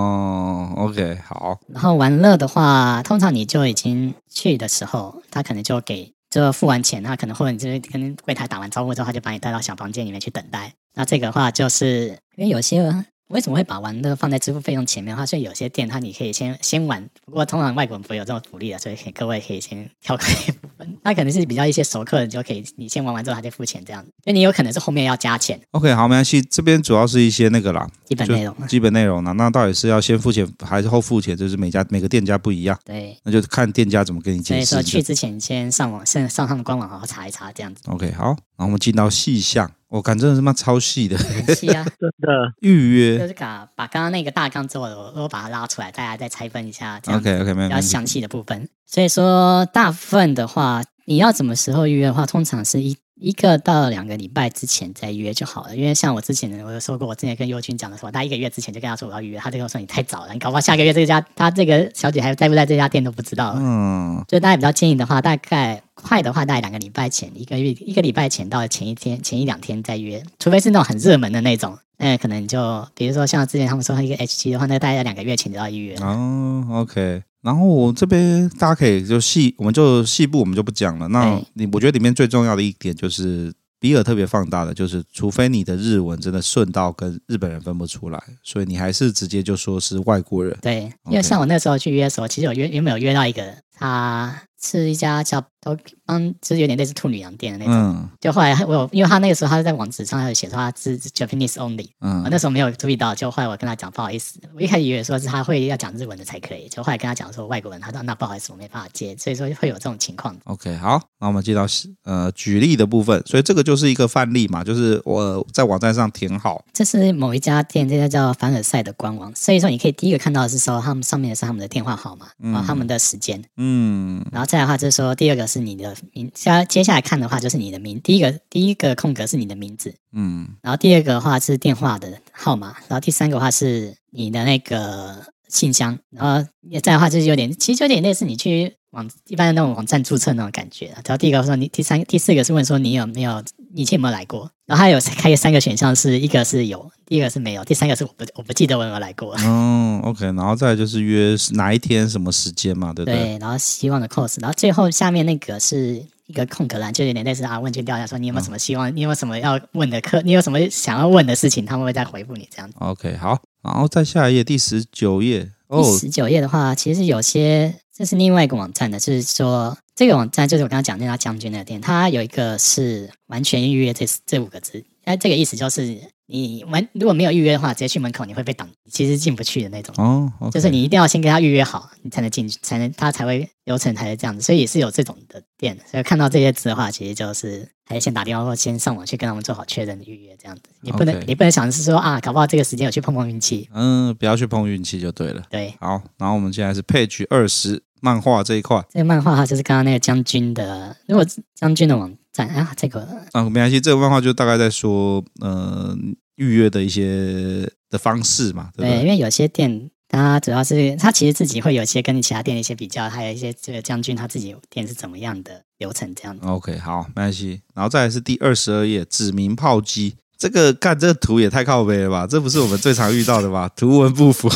Speaker 2: 哦，OK，好，
Speaker 5: 然后玩乐的话，通常你就已经去的时候，他可能就给就付完钱，他可能或者你就是跟柜台打完招呼之后，他就把你带到小房间里面去等待。那这个的话，就是因为有些为什么会把玩乐放在支付费用前面的话，所以有些店它你可以先先玩，不过通常外国人不会有这种福利的，所以可以各位可以先跳过这一部分。那可能是比较一些熟客，你就可以你先玩完之后他就付钱这样子，因为你有可能是后面要加钱，
Speaker 2: OK，好，没关系。这边主要是一些那个啦，
Speaker 5: 基本
Speaker 2: 就
Speaker 5: 内容嘛。
Speaker 2: 基本内容啦。那到底是要先付钱还是后付钱？就是每家每个店家不一样，
Speaker 5: 对，
Speaker 2: 那就看店家怎么跟你
Speaker 5: 所
Speaker 2: 解
Speaker 5: 以说
Speaker 2: 释。
Speaker 5: 去之前先上网先上他们官网好好查一查这样子，
Speaker 2: OK，好，然后我们进到细项，我感真的是妈超细的
Speaker 5: 很细啊。
Speaker 4: 真的，
Speaker 2: 预
Speaker 5: 就
Speaker 2: 约。
Speaker 5: 是把把刚刚那个大纲做了，我我把它拉出来，大家再拆分一下，这样
Speaker 2: OK OK，没有问
Speaker 5: 比较
Speaker 2: 题。
Speaker 5: 详细的部分。所以说，大部分的话，你要什么时候预约的话，通常是一一个到两个礼拜之前再约就好了。因为像我之前呢，我有说过，我之前跟优君讲的时候，他一个月之前就跟他说我要预约，他就跟我说你太早了，你搞不好下个月这家他这个小姐还在不在这家店都不知道。
Speaker 2: 嗯
Speaker 5: 所以大家比较建议的话，大概快的话，大概两个礼拜前，一个月一个礼拜前到前一天、前一两天再约，除非是那种很热门的那种，那可能就比如说像之前他们说一个 HG 的话，那大概两个月前就要预约。
Speaker 2: 哦，OK。然后我这边大家可以就细，我们就细部我们就不讲了。那
Speaker 5: 对
Speaker 2: 你我觉得里面最重要的一点就是。比尔特别放大的就是，除非你的日文真的顺到跟日本人分不出来，所以你还是直接就说是外国人。
Speaker 5: 对，因为
Speaker 2: OK
Speaker 5: 像我那时候去约的时候，其实我约原本有约到一个，它是一家叫都帮，就是有点类似兔女郎店的那种。
Speaker 2: 嗯
Speaker 5: 就后来我有，因为他那个时候他是在网址上他有写说他是 Japanese only，我
Speaker 2: 嗯
Speaker 5: 哦那时候没有注意到，就后来我跟他讲不好意思，我一开始以为说是他会要讲日文的才可以，就后来跟他讲说外国人，他说那不好意思，我没办法接，所以说会有这种情况。
Speaker 2: ，OK，好，那我们接到呃举例的部分，所以这个就是一个范例嘛，就是我在网站上填好，
Speaker 5: 这是某一家店，这家叫凡尔赛的官网，所以说你可以第一个看到的是说他们上面是他们的电话号码，然后他们的时间，
Speaker 2: 嗯
Speaker 5: 然后再来的话就是说第二个是你的名，接接下来看的话就是你的名，第一个第一个空格是你的名字，
Speaker 2: 嗯
Speaker 5: 然后第二个的话是电话的号码，然后第三个的话是你的那个信箱，然后再来的话就是有点，其实有点类似你去网一般的那种网站注册那种感觉。啊然后第一个说你，第三、第四个是问说你有没有，你以前有没有来过？然后它有开三个选项是，一个是有，第一个是没有，第三个是我不我不记得我有没有来过。
Speaker 2: 嗯，OK，然后再来就是约哪一天什么时间嘛，对不对？
Speaker 5: 对，然后希望的 cos，然后最后下面那个是一个空格栏，就有点类似啊问卷调查，说你有没有什么希望，你有没有什么要问的课，你有什么想要问的事情，他们会再回复你这样子。
Speaker 2: OK，好，然后再下一页第十九页哦
Speaker 5: 第，十九页的话，其实有些这是另外一个网站的，就是说这个网站就是我刚刚讲那家将军那个店，它有一个是完全预约这这五个字，那这个意思就是你完如果没有预约的话，直接去门口你会被挡，其实进不去的那种。
Speaker 2: 哦，OK，
Speaker 5: 就是你一定要先跟他预约好，你才能进去，才能他才会流程才会这样子，所以也是有这种的店。所以看到这些字的话，其实就是还是先打电话或先上网去跟他们做好确认预约这样子。你不能
Speaker 2: OK
Speaker 5: 你不能想的是说啊，搞不好这个时间我去碰碰运气。
Speaker 2: 嗯，不要去碰运气就对了。
Speaker 5: 对，
Speaker 2: 好，然后我们现在是 page 二十漫画这一块，
Speaker 5: 这个漫画它就是刚刚那个将军的，如果将军的网站啊，这个
Speaker 2: 啊，没关系，这个漫画就大概在说，呃，预约的一些的方式嘛，对
Speaker 5: 对
Speaker 2: 不对？
Speaker 5: 因为有些店它主要是它其实自己会有一些跟其他店的一些比较，还有一些这个将军他自己店是怎么样的流程这样子。
Speaker 2: OK，好，没关系。然后再来是第二十二页，指名炮击。这个干这个图也太靠背了吧？这不是我们最常遇到的吧？图文不符。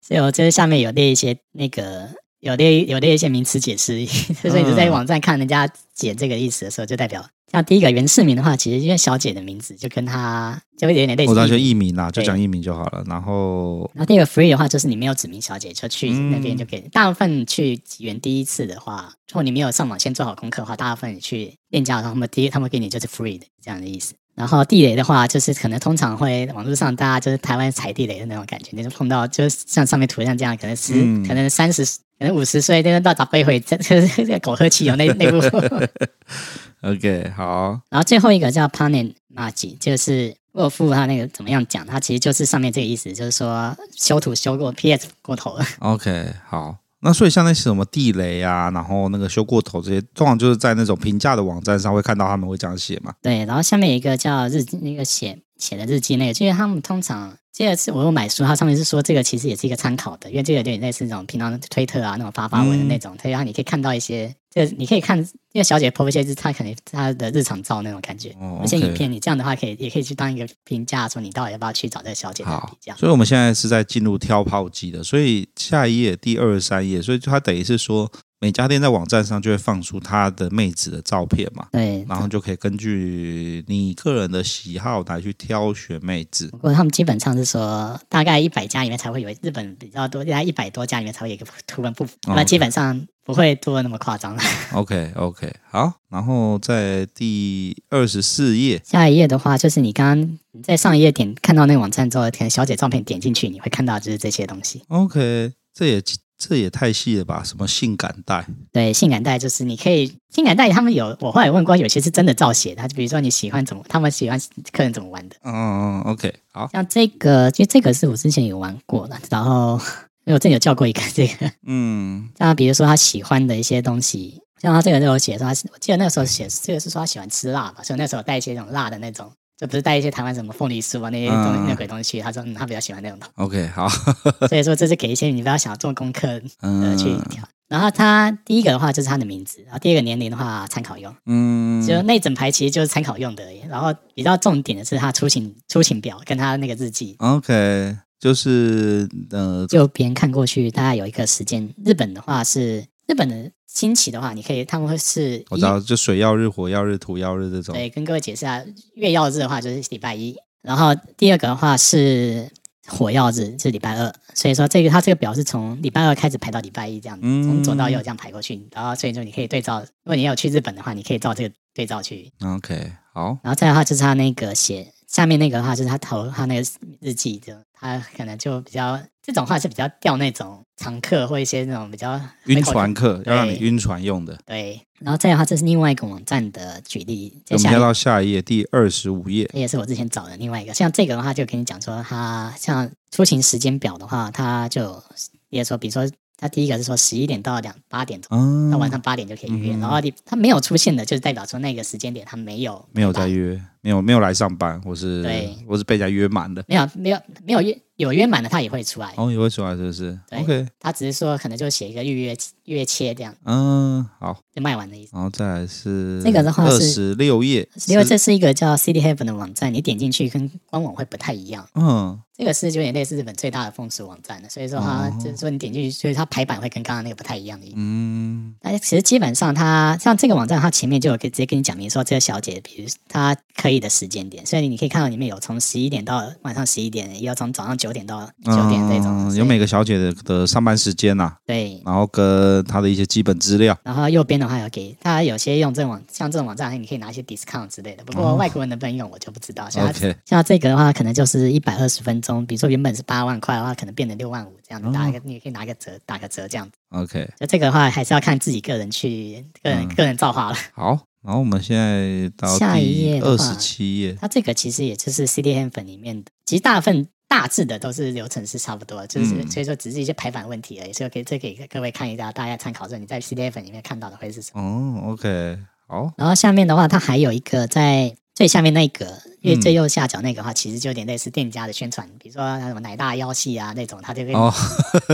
Speaker 5: 所以我这下面有列一些那个有列有列一些名词解释， 所以你在网站看人家解这个意思的时候，就代表像第一个原市民的话，其实因为小姐的名字就跟她就会有点类似
Speaker 2: 哦我当然就
Speaker 5: 艺名
Speaker 2: 译名啦，就
Speaker 5: 对
Speaker 2: 讲译名就好了。然后，
Speaker 5: 然后第二个 free 的话，就是你没有指名小姐就去
Speaker 2: 嗯
Speaker 5: 那边就可以。大部分去起源第一次的话，如果你没有上网先做好功课的话，大部分你去店家的话，他们第一他们给你就是 free 的这样的意思。然后地雷的话，就是可能通常会网络上大家就是台湾踩地雷的那种感觉，你就碰到就是像上面图像这样，可能十、
Speaker 2: 嗯
Speaker 5: 可能三十可能五十岁，那个到长辈会 这这个狗喝汽油那那部分。
Speaker 2: OK，好，
Speaker 5: 然后最后一个叫 Panen Maji，就是沃夫他那个怎么样讲？他其实就是上面这个意思，就是说修图修过 PS 过头了。
Speaker 2: OK，好。那所以像那些什么地雷啊，然后那个修过头这些，通常就是在那种评价的网站上会看到他们会这样写嘛。
Speaker 5: 对，然后下面一个叫日记，那个写写的日记那个，就是他们通常这个是我有买书，它上面是说这个其实也是一个参考的，因为这个有点类似那种平常推特啊那种发发文的
Speaker 2: 嗯
Speaker 5: 那种，所以它你可以看到一些，这个你可以看，因为小姐 po 一些日，她可能她的日常照那种感觉。
Speaker 2: 哦
Speaker 5: 一些
Speaker 2: OK
Speaker 5: 影片，你这样的话可以，也可以去当一个评价，说你到底要不要去找这个小姐来
Speaker 2: 好
Speaker 5: 比较，。
Speaker 2: 所以我们现在是在进入挑炮机的，所以下一页第二十三页，所以它等于是说每家店在网站上就会放出它的妹子的照片嘛，
Speaker 5: 对，
Speaker 2: 然后就可以根据你个人的喜好来去挑选妹子
Speaker 5: 不。过他们基本上是说，大概一百家里面才会有日本比较多，大概一百多家里面才会有一个图文不符，
Speaker 2: 哦
Speaker 5: 那基本上不会多那么夸张。
Speaker 2: OK OK，好，然后在第二十四页，
Speaker 5: 下一页的话，就是你刚刚你在上一页点看到那个网站之后，可能小姐照片点进去，你会看到就是这些东西。
Speaker 2: OK，这也这也太细了吧？什么性感带？
Speaker 5: 对，性感带就是你可以性感带，他们有我后来问过，有些是真的照写的，就比如说你喜欢怎么，他们喜欢客人怎么玩的。
Speaker 2: 嗯嗯，OK，好，
Speaker 5: 像这个，其实这个是我之前有玩过的，然后因为我之前有教过一个这个，
Speaker 2: 嗯
Speaker 5: 像比如说他喜欢的一些东西，像他这个就有写说他是，我记得那个时候写这个是说他喜欢吃辣吧，所以那时候有带一些那种辣的那种，就不是带一些台湾什么凤梨酥啊那些东西、
Speaker 2: 嗯
Speaker 5: 那鬼东西，他说嗯他比较喜欢那种东西，
Speaker 2: ，OK，好，
Speaker 5: 所以说这是给一些你不要想做功课的
Speaker 2: 嗯
Speaker 5: 去调。然后他第一个的话就是他的名字，然后第二个年龄的话参考用，
Speaker 2: 嗯，
Speaker 5: 就那一整排其实就是参考用的而已。然后比较重点的是他出勤出勤表跟他那个日记，
Speaker 2: 嗯 OK，就是呃，
Speaker 5: 就别人看过去，大概有一个时间。日本的话是日本的兴起的话，你可以他们会是
Speaker 2: 我知道，就水曜日、火曜日、土曜日这种。
Speaker 5: 对，跟各位解释一下，月曜日的话就是礼拜一，然后第二个的话是火曜日是礼拜二，所以说这个它这个表是从礼拜二开始排到礼拜一这样，
Speaker 2: 嗯
Speaker 5: 从左到右这样排过去，然后所以说你可以对照，如果你有去日本的话，你可以照这个对照去，
Speaker 2: OK，好，
Speaker 5: 然后再的话就是他那个写下面那个的话就是他投他那个日记的，他可能就比较这种话是比较掉那种常客或一些那种比较
Speaker 2: 晕船客
Speaker 5: 对
Speaker 2: 要让你晕船用的。
Speaker 5: 对，然后再的话这是另外一个网站的举例，
Speaker 2: 我
Speaker 5: 接
Speaker 2: 们
Speaker 5: 下
Speaker 2: 跳
Speaker 5: 来
Speaker 2: 到下一页，第二十五页。
Speaker 5: 这也是我之前找的另外一个。像这个的话，就跟你讲说，它像出行时间表的话，它就也说，比如说，它第一个是说十一点到两八点钟，
Speaker 2: 嗯
Speaker 5: 到晚上八点就可以预约。
Speaker 2: 嗯
Speaker 5: 然后你它没有出现的，就是代表说那个时间点它没有
Speaker 2: 没有在
Speaker 5: 约，
Speaker 2: 约，没有没有来上班，我是
Speaker 5: 对
Speaker 2: 我是被人家约满的。
Speaker 5: 没有没有没有约有约满的，它也会出来。
Speaker 2: 哦，也会出来是不是
Speaker 5: 对
Speaker 2: ？OK，
Speaker 5: 它只是说可能就写一个预约预约切这样
Speaker 2: 嗯，好，
Speaker 5: 就卖完的意思。
Speaker 2: 然后再来是
Speaker 5: 这个的话
Speaker 2: 二
Speaker 5: 是
Speaker 2: 十六页，
Speaker 5: 因为这是一个叫 City Heaven 的网站，你点进去跟官网会不太一样。
Speaker 2: 嗯
Speaker 5: 这个是有点类似日本最大的风俗网站的，所以说它、
Speaker 2: 哦
Speaker 5: 就是说你点进去，所以它排版会跟刚刚那个不太一样的意思。
Speaker 2: 嗯
Speaker 5: 那其实基本上它像这个网站，它前面就有可以直接跟你讲明说这个小姐，比如她可以的时间点，所以你可以看到里面有从十一点到晚上十一点，也有从早上九点到九点这种，
Speaker 2: 嗯
Speaker 5: 所以
Speaker 2: 有每个小姐的的上班时间呐，
Speaker 5: 对。
Speaker 2: 然后跟她的一些基本资料。
Speaker 5: 然后右边的话有给它有些用这种网像这种网站，你可以拿一些 discount 之类的。不过外国人能不能用我就不知道。像它
Speaker 2: OK，
Speaker 5: 像这个的话，可能就是一百二十分钟，比如说原本是八万块的话，可能变成六万五这样子，打一个、你也可以拿个折，打个折这样子。
Speaker 2: OK，
Speaker 5: 就这个的话，还是要看自己个人去个人、个人造化了。
Speaker 2: 好，然后我们现在到
Speaker 5: 下一
Speaker 2: 第
Speaker 5: 页
Speaker 2: 二
Speaker 5: 的话
Speaker 2: 十七页，
Speaker 5: 它这个其实也就是 CDN 粉里面的，其实大部分大致的都是流程是差不多，就是、
Speaker 2: 嗯
Speaker 5: 所以说只是一些排版问题而已，所以可以这给各位看一下，大家参考一下你在 CDN 粉里面看到的会是什么。
Speaker 2: 哦，OK，好，
Speaker 5: 然后下面的话，它还有一个在最下面那一格，因为
Speaker 2: 嗯
Speaker 5: 最右下角那个的话，其实就有点类似店家的宣传，比如说那什么奶大腰细啊那种，它就会
Speaker 2: 哦，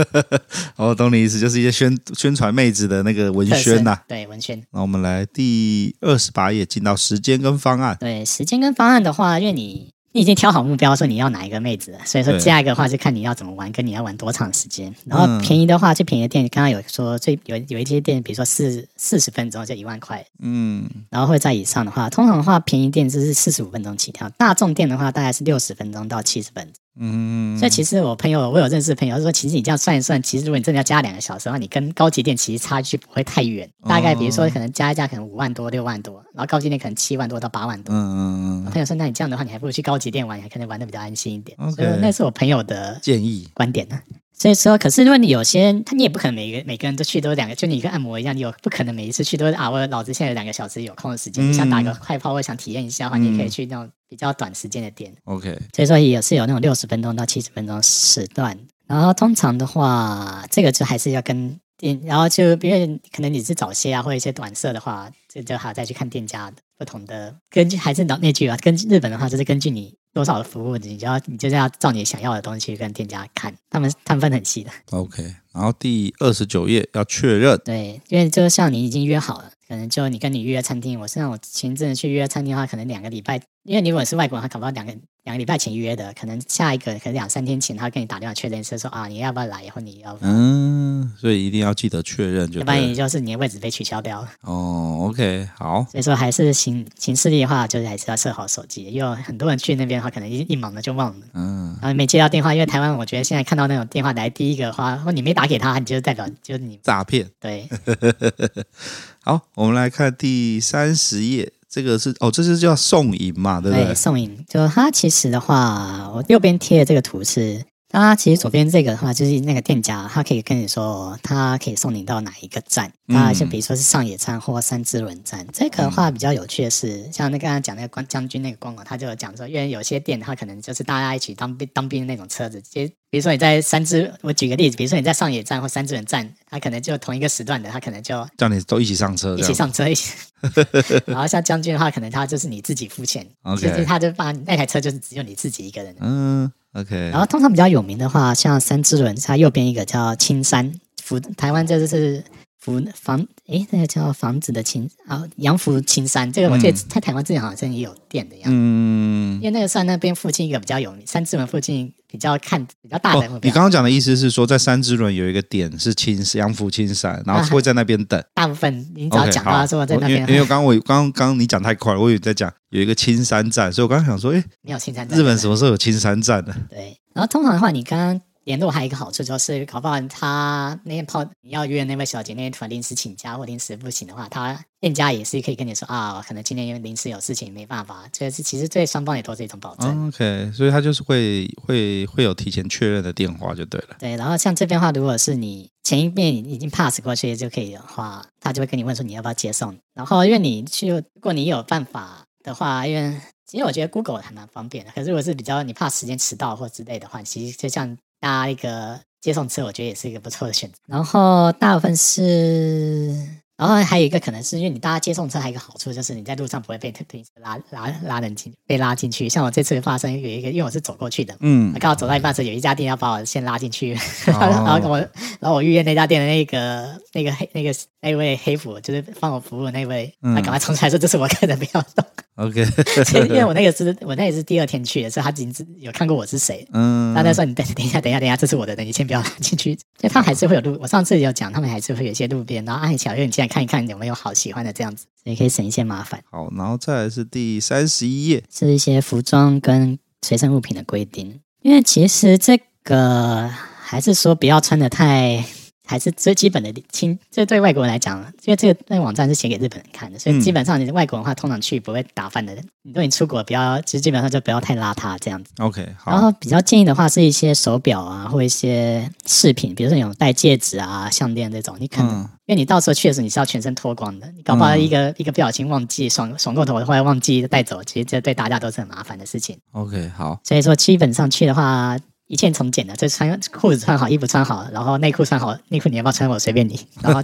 Speaker 2: 哦，懂你意思，就是一些宣宣传妹子的那个文
Speaker 5: 特
Speaker 2: 宣啊
Speaker 5: 征
Speaker 2: 呐、
Speaker 5: 对文宣。
Speaker 2: 那我们来第二十八页，进到时间跟方案。
Speaker 5: 对时间跟方案的话，因为你你已经挑好目标，说你要哪一个妹子了，所以说
Speaker 2: 对
Speaker 5: 下一个的话就看你要怎么玩，跟你要玩多长时间。然后
Speaker 2: 嗯
Speaker 5: 便宜的话，最便宜的店刚刚有说最有有一些店，比如说四四十分钟就一万块，
Speaker 2: 嗯，
Speaker 5: 然后会在以上的话，通常的话便宜店就是四十五分钟起跳，大众店的话大概是六十分钟到七十分钟。
Speaker 2: 嗯，
Speaker 5: 所以其实我朋友我有认识的朋友说，其实你这样算一算，其实如果你真的要加两个小时的话，你跟高级店其实差距不会太远，大概比如
Speaker 2: 哦
Speaker 5: 说可能加一加可能五万多六万多，然后高级店可能七万多到八万
Speaker 2: 嗯
Speaker 5: 多。
Speaker 2: 嗯嗯
Speaker 5: 朋友说：“那你这样的话，你还不如去高级店玩，可能玩的比较安心一点。”
Speaker 2: OK
Speaker 5: 所以那是我朋友的
Speaker 2: 建议
Speaker 5: 观点呢、所以说，可是如果你有些人，他你也不可能每个每个人都去都两个，就你跟按摩一样，你有不可能每一次去都啊，我老子现在有两个小时有空的时间，
Speaker 2: 嗯
Speaker 5: 你想打个快泡，我想体验一下的话，你也可以去那种比较短时间的店。
Speaker 2: ，OK，
Speaker 5: 所以说也是有那种六十分钟到七十分钟时段。然后通常的话，这个就还是要跟店，然后就因为可能你是早些啊，或者一些短色的话，这就还要再去看店家不同的。根据还是那那句啊，根据日本的话，就是根据你多少的服务，你就要你就要照你想要的东西去跟店家看，他们他们分很细的。
Speaker 2: OK，然后第二十九页要确认，
Speaker 5: 对，因为就像你已经约好了，可能就你跟你约餐厅，我是那种前阵子去约餐厅的话，可能两个礼拜，因为你如果是外国人，他搞不好两个两个礼拜前约的，可能下一个可能两三天前，他会跟你打电话确认一次，说啊你要不要来，或你要不要，
Speaker 2: 嗯，所以一定要记得确认就
Speaker 5: 要不然
Speaker 2: 对
Speaker 5: 也
Speaker 2: 了。
Speaker 5: 就是你的位置被取消掉了。
Speaker 2: 哦，OK，好，
Speaker 5: 所以说还是行行事力的话，就是还是要设好手机，因为很多人去那边的话，可能一一忙了就忘了，
Speaker 2: 嗯，
Speaker 5: 然后没接到电话，因为台湾我觉得现在看到那种电话来第一个的话，或你没打给他，你就代表就是你
Speaker 2: 诈骗。
Speaker 5: 对
Speaker 2: 好，我们来看第三十页，这个是哦，这是叫送饮嘛，对不对？
Speaker 5: 哎送影就它其实的话，我右边贴的这个图是，它其实左边这个的话就是那个店家，他可以跟你说，他可以送你到哪一个站，
Speaker 2: 嗯
Speaker 5: 那就比如说是上野站或三之轮站。这个的话比较有趣的
Speaker 2: 嗯
Speaker 5: 是，像那个刚刚讲那个关将军那个官网，他就有讲说，因为有些店他可能就是大家一起当兵当兵的那种车子，其实比如说你在三之，我举个例子，比如说你在上野站或三之轮站，他可能就同一个时段的，他可能就
Speaker 2: 叫你都一起上车，
Speaker 5: 一
Speaker 2: 这
Speaker 5: 起
Speaker 2: 样
Speaker 5: 上车，一起。然后像将军的话，可能他就是你自己付钱
Speaker 2: OK
Speaker 5: 就是他就把那台车就是只有你自己一个人。
Speaker 2: 嗯，OK，
Speaker 5: 然后通常比较有名的话，像三之轮，它右边一个叫青山福，台湾这就是福房，诶，那个叫房子的青啊，洋福青山，这个我记得在台湾之前好像也有店的样子。
Speaker 2: 嗯
Speaker 5: 因，为那个算那边附近一个比较有名，三之轮附近比较看比较大的目
Speaker 2: 哦，你
Speaker 5: 标，
Speaker 2: 刚刚讲的意思是说，在三之轮有一个点是青阳福青山，然后会在那边等。
Speaker 5: 大部分啊你只要
Speaker 2: OK，
Speaker 5: 讲
Speaker 2: 好哦
Speaker 5: 到说在那边啊
Speaker 2: 因为因为刚刚我刚刚你讲太快了，我以为你在讲有一个青山站，所以我刚刚想说，哎，
Speaker 5: 没有青山站，
Speaker 2: 日本什么时候有青山站呢？
Speaker 5: 对，然后通常的话，你刚刚联络还有一个好处就是，搞不好他那天泡你要约的那位小姐那天突然临时请假或临时不行的话，他店家也是可以跟你说啊，可能今天因为临时有事情没办法，这是其实对双方也都是一种保证。
Speaker 2: OK，所以他就是会会会有提前确认的电话就对了。
Speaker 5: 对，然后像这边的话，如果是你前一面已经 pass 过去就可以的话，他就会跟你问说你要不要接送你。然后因为你去，如果你有办法的话，因为其实我觉得 Google 还蛮方便的。可是如果是比较你怕时间迟到或之类的话，其实就像搭一个接送车，我觉得也是一个不错的选择。然后大部分是，然后还有一个可能是因为你搭接送车，还有一个好处就是你在路上不会被被拉拉拉人进被拉进去。像我这次发生有一个，因为我是走过去的，
Speaker 2: 嗯 哦
Speaker 5: 刚好走到一半的时候，有一家店要把我先拉进去， 然后我然后我预约那家店的那个那个黑那个那位黑服，就是帮我服务的那位，
Speaker 2: 嗯
Speaker 5: 他赶快冲出来说这是我客人，不 要动。
Speaker 2: ，OK，
Speaker 5: 所以因为我那个是我那也是第二天去的，所以他已经知有看过我是谁。
Speaker 2: 嗯
Speaker 5: 他在说：“你等等一下，等一下，等一下，这是我的人，你先不要拉进去。” 所以他还是会有路。我上次有讲，他们还是会有一些路边，然后按小月，你进来看一看有没有好喜欢的这样子，所以可以省一些麻烦。
Speaker 2: 好，然后再来是第三十一页，
Speaker 5: 是一些服装跟随身物品的规定。因为其实这个还是说不要穿的太，还是最基本的清。这对外国人来讲，因为这个那网站是写给日本人看的，所以
Speaker 2: 嗯
Speaker 5: 基本上你外国人的话，通常去不会打扮的。你都已经出国，不要，其实基本上就不要太邋遢这样子。
Speaker 2: OK，
Speaker 5: 然
Speaker 2: 好
Speaker 5: 后，比较建议的话是一些手表啊，或一些饰品，比如说有戴戒指啊、项链这种，你可能、
Speaker 2: 嗯
Speaker 5: 因为你到时候去的时候你是要全身脱光的，你搞不好
Speaker 2: 嗯
Speaker 5: 一个、一个不小心忘记爽爽过头，或者忘记带走，其实这对大家都是很麻烦的事情。
Speaker 2: ，OK，好，
Speaker 5: 所以说，基本上去的话，一切从简的，就穿裤子穿好，衣服穿好，然后内裤穿好，内裤你要不要穿我随便你。然后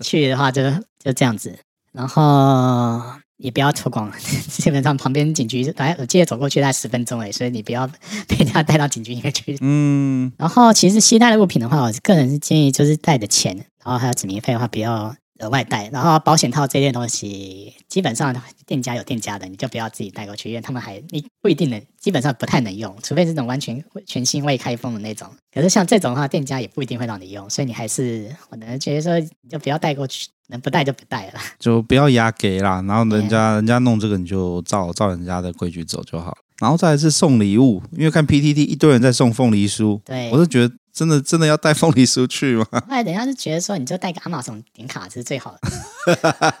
Speaker 5: 去的话就就这样子，然后也不要脱光，基本上旁边警局，来我记得走过去大概十分钟而已，所以你不要被人家带到警局里面去。
Speaker 2: 嗯
Speaker 5: 然后其实携带的物品的话，我个人是建议就是带的钱，然后还有纸棉费的话不要额外带，然后保险套这类东西基本上店家有店家的，你就不要自己带过去，因为他们还你不一定能，基本上不太能用，除非是那种完全全新未开封的那种。可是像这种的话，店家也不一定会让你用，所以你还是我能觉得说你就不要带过去，能不带就不带了。
Speaker 2: 就不要压给啦，然后人
Speaker 5: 对
Speaker 2: 家人家弄这个你就照照人家的规矩走就好了。然后再来是送礼物，因为看 PTT 一堆人在送凤梨酥，
Speaker 5: 对
Speaker 2: 我是觉得真的真的要带凤梨酥去吗
Speaker 5: 后来人家就觉得说，你就带个阿玛总点卡是最好的。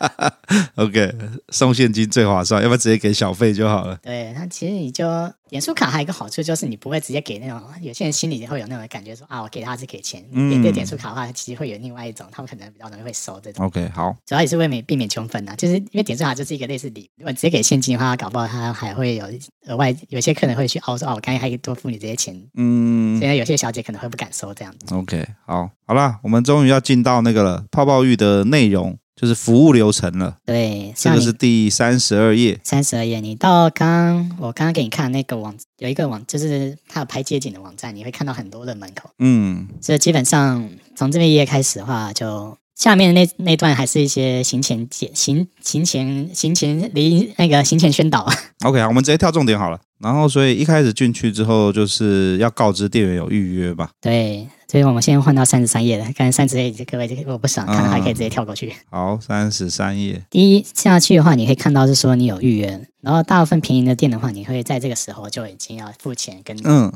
Speaker 2: ？OK，送现金最划算，要不然直接给小费就好了。
Speaker 5: 对，那其实你就点数卡还有一个好处就是你不会直接给那种有些人心里会有那种感觉说啊，我给他是给钱，
Speaker 2: 嗯哦
Speaker 5: 点对点数卡的话，其实会有另外一种，他们可能比较容易会收这种。
Speaker 2: OK，好，
Speaker 5: 主要也是为免避免穷分啊，就是因为点数卡就是一个类似礼，如果直接给现金的话，搞不好他还会有额外有些客人会去凹说啊，我刚才还可以多付你这些钱，
Speaker 2: 嗯
Speaker 5: 所以有些小姐可能会不敢收这样子。
Speaker 2: ，OK，好，好啦，我们终于要进到那个了，泡泡浴的内容就是服务流程了，
Speaker 5: 对，
Speaker 2: 这
Speaker 5: 像
Speaker 2: 个
Speaker 5: 你
Speaker 2: 是第三十二页。
Speaker 5: 三十二页，你到刚我刚刚给你看那个网，有一个网就是它有拍街景的网站，你会看到很多的门口。
Speaker 2: 嗯，
Speaker 5: 所以基本上从这边一页开始的话，就下面那那段还是一些行前解行行前行前离那个行前宣导，
Speaker 2: OK，好，我们直接跳重点好了。然后，所以一开始进去之后，就是要告知店员有预约吧。
Speaker 5: 对，所以我们先换到三十三页了。刚才三十页各位我不想看的话，可以直接跳过去。
Speaker 2: 好，三十三页。
Speaker 5: 第一下去的话，你可以看到是说你有预约，然后大部分便宜的店的话，你会在这个时候就已经要付钱跟就
Speaker 2: 嗯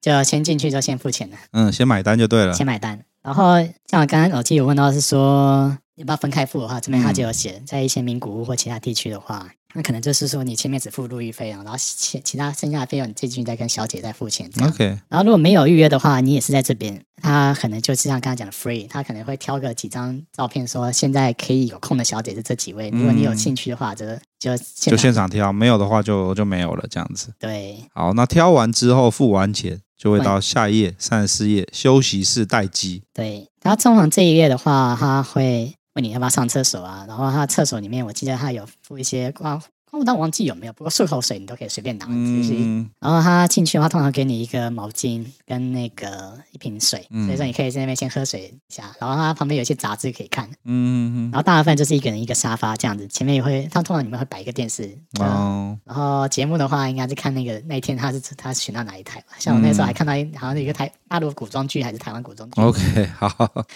Speaker 5: 就先进去就先付钱了。
Speaker 2: 嗯，先买单就对了。
Speaker 5: 先买单。然后像我刚刚老记有问到是说，要不要分开付的话，这边他就有写，在一些名古屋或其他地区的话，那可能就是说你前面只付入浴费用，然后其其他剩下的费用你进去再跟小姐再付钱这样。
Speaker 2: OK，
Speaker 5: 然后如果没有预约的话，你也是在这边，他可能就是像刚才讲的 free，他可能会挑个几张照片说现在可以有空的小姐是这几位，如果你有兴趣的话，就就
Speaker 2: 嗯
Speaker 5: 现
Speaker 2: 就
Speaker 5: 场
Speaker 2: 现场挑，没有的话就就没有了，这样子。
Speaker 5: 对
Speaker 2: 好，那挑完之后付完钱，就会到下一页三十四页休息室待机。
Speaker 5: 对，然后通常这一页的话，他会问你要不要上厕所啊，然后他厕所里面我记得他有附一些光，光但我忘记有没有，不过漱口水你都可以随便拿，就是。
Speaker 2: 嗯
Speaker 5: 然后他进去的话，通常给你一个毛巾跟那个一瓶水，
Speaker 2: 嗯
Speaker 5: 所以说你可以在那边先喝水一下。然后他旁边有一些杂志可以看，
Speaker 2: 嗯嗯
Speaker 5: 然后大部分就是一个人一个沙发这样子，前面也会，他通常里面会摆一个电视。啊
Speaker 2: 嗯，哦，
Speaker 5: 然后节目的话，应该是看那个那一天他是他选到哪一台吧。像我那时候还看到一，好像有一个台大陆古装剧还是台湾古装剧
Speaker 2: 嗯 OK，好，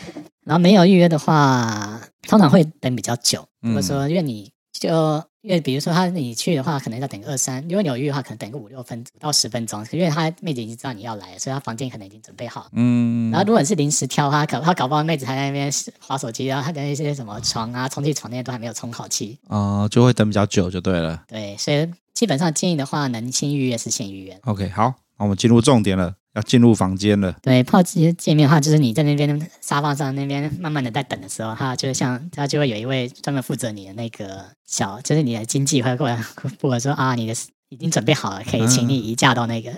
Speaker 5: 然后没有预约的话，通常会等比较久。如果说因为你就呃因为比如说他你去的话，可能要等个二三，如果纽约的话，可能等个五六分五到十分钟，因为他妹子已经知道你要来了，所以他房间可能已经准备好了。
Speaker 2: 嗯
Speaker 5: 然，后如果你是临时挑他，搞他搞不好妹子还在那边划手机，然后他的那些什么床啊、充气床那些都还没有充好气。
Speaker 2: 啊、就会等比较久就对了。
Speaker 5: 对，所以基本上建议的话，能先预约是先预约。
Speaker 2: OK，好，那我们进入重点了，要进入房间了。
Speaker 5: 对，泡姐见面的话，就是你在那边沙发上那边慢慢的在等的时候，他就像他就会有一位专门负责你的那个小，就是你的经济会过来，或者说啊，你的已经准备好了，可以请你移驾到那个。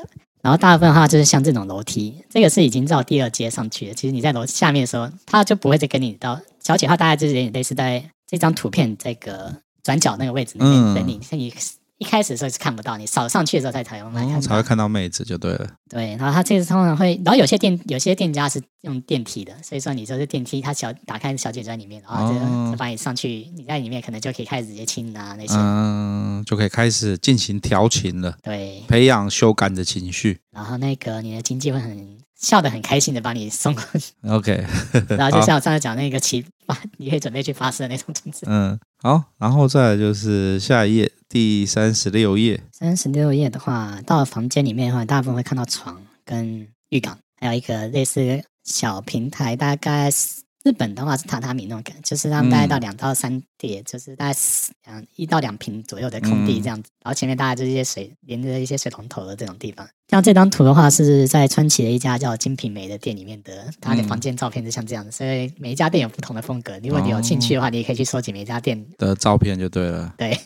Speaker 5: 然后大部分的话就是像这种楼梯，这个是已经到第二阶上去了。其实你在楼下面的时候，他就不会再跟你到小姐，她大概就是有点类似在这张图片这个转角那个位置那边等你，所以你一开始的时候是看不到，你扫上去的时候才才慢慢看
Speaker 2: 哦
Speaker 5: 到。
Speaker 2: 才会看到妹子就对了。
Speaker 5: 对，然后它这次通常会，然后有些店有些店家是用电梯的，所以说你就是电梯，它小打开小姐就在里面，然后就、
Speaker 2: 哦
Speaker 5: 就把你上去，你在里面可能就可以开始直接亲啊那些。
Speaker 2: 嗯，就可以开始进行调情了，
Speaker 5: 对，
Speaker 2: 培养羞感的情绪。
Speaker 5: 然后那个你的经济会很笑得很开心的把你送过 去，
Speaker 2: OK，
Speaker 5: 然后就像我上次讲那个起发，你可以准备去发射的那种种子。
Speaker 2: 嗯，好，然后再来就是下一页第三十六页，
Speaker 5: 三十六页的话，到了房间里面的话，大部分会看到床跟浴缸，还有一个类似小平台，大概是日本的话是榻榻米那种感觉，就是他们大概到两到三叠，就是大概四两一到两平左右的空地这样子，然后前面大概就是一些水连着一些水龙头的这种地方。像这张图的话，是在川崎的一家叫金品梅的店里面的，它的
Speaker 2: 嗯
Speaker 5: 房间照片是像这样的，所以每一家店有不同的风格。如果你有兴趣的话，你也可以去收集每一家店
Speaker 2: 的照片就对了。
Speaker 5: 对，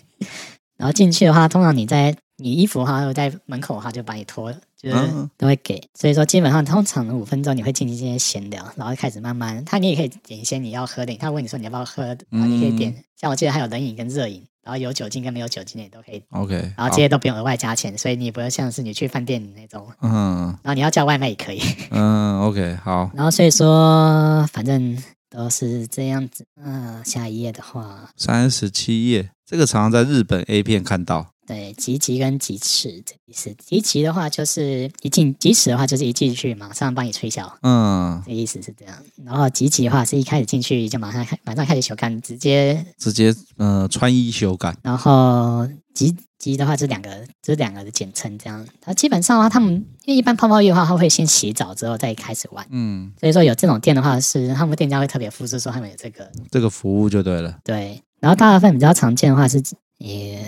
Speaker 5: 然后进去的话，通常你在你衣服的话，在门口的话就把你脱了，就是
Speaker 2: 嗯
Speaker 5: 都会给。所以说基本上通常五分钟你会进行这些闲聊，然后开始慢慢，他你也可以点一些你要喝的，他问你说你要不要喝，然后你可以点，像我记得还有冷饮跟热饮，然后有酒精跟没有酒精的你都可以，
Speaker 2: OK，
Speaker 5: 然后这些都不用额外加钱，所以你不会像是你去饭店那种。
Speaker 2: 好嗯
Speaker 5: 然后你要叫外卖也可以，
Speaker 2: 嗯，OK，好，
Speaker 5: 然后所以说反正都是这样子。嗯、下一页的话，
Speaker 2: 三十七页，这个常常在日本 A 片看到。
Speaker 5: 对，集齐跟集尺这意思。集齐的话就是一进集尺的话就是一进去马上帮你吹箫，
Speaker 2: 嗯，
Speaker 5: 这意思是这样。然后集齐的话是一开始进去就马上开马上开始求干，直接
Speaker 2: 直接呃穿衣修改。
Speaker 5: 然后集集的话这两个这两个的简称这样。它基本上的话，他们因为一般泡泡浴的话，他会先洗澡之后再开始玩。
Speaker 2: 嗯，
Speaker 5: 所以说有这种店的话是，他们店家会特别复制说他们有这个
Speaker 2: 这个服务就对了。
Speaker 5: 对，然后大部分比较常见的话是，也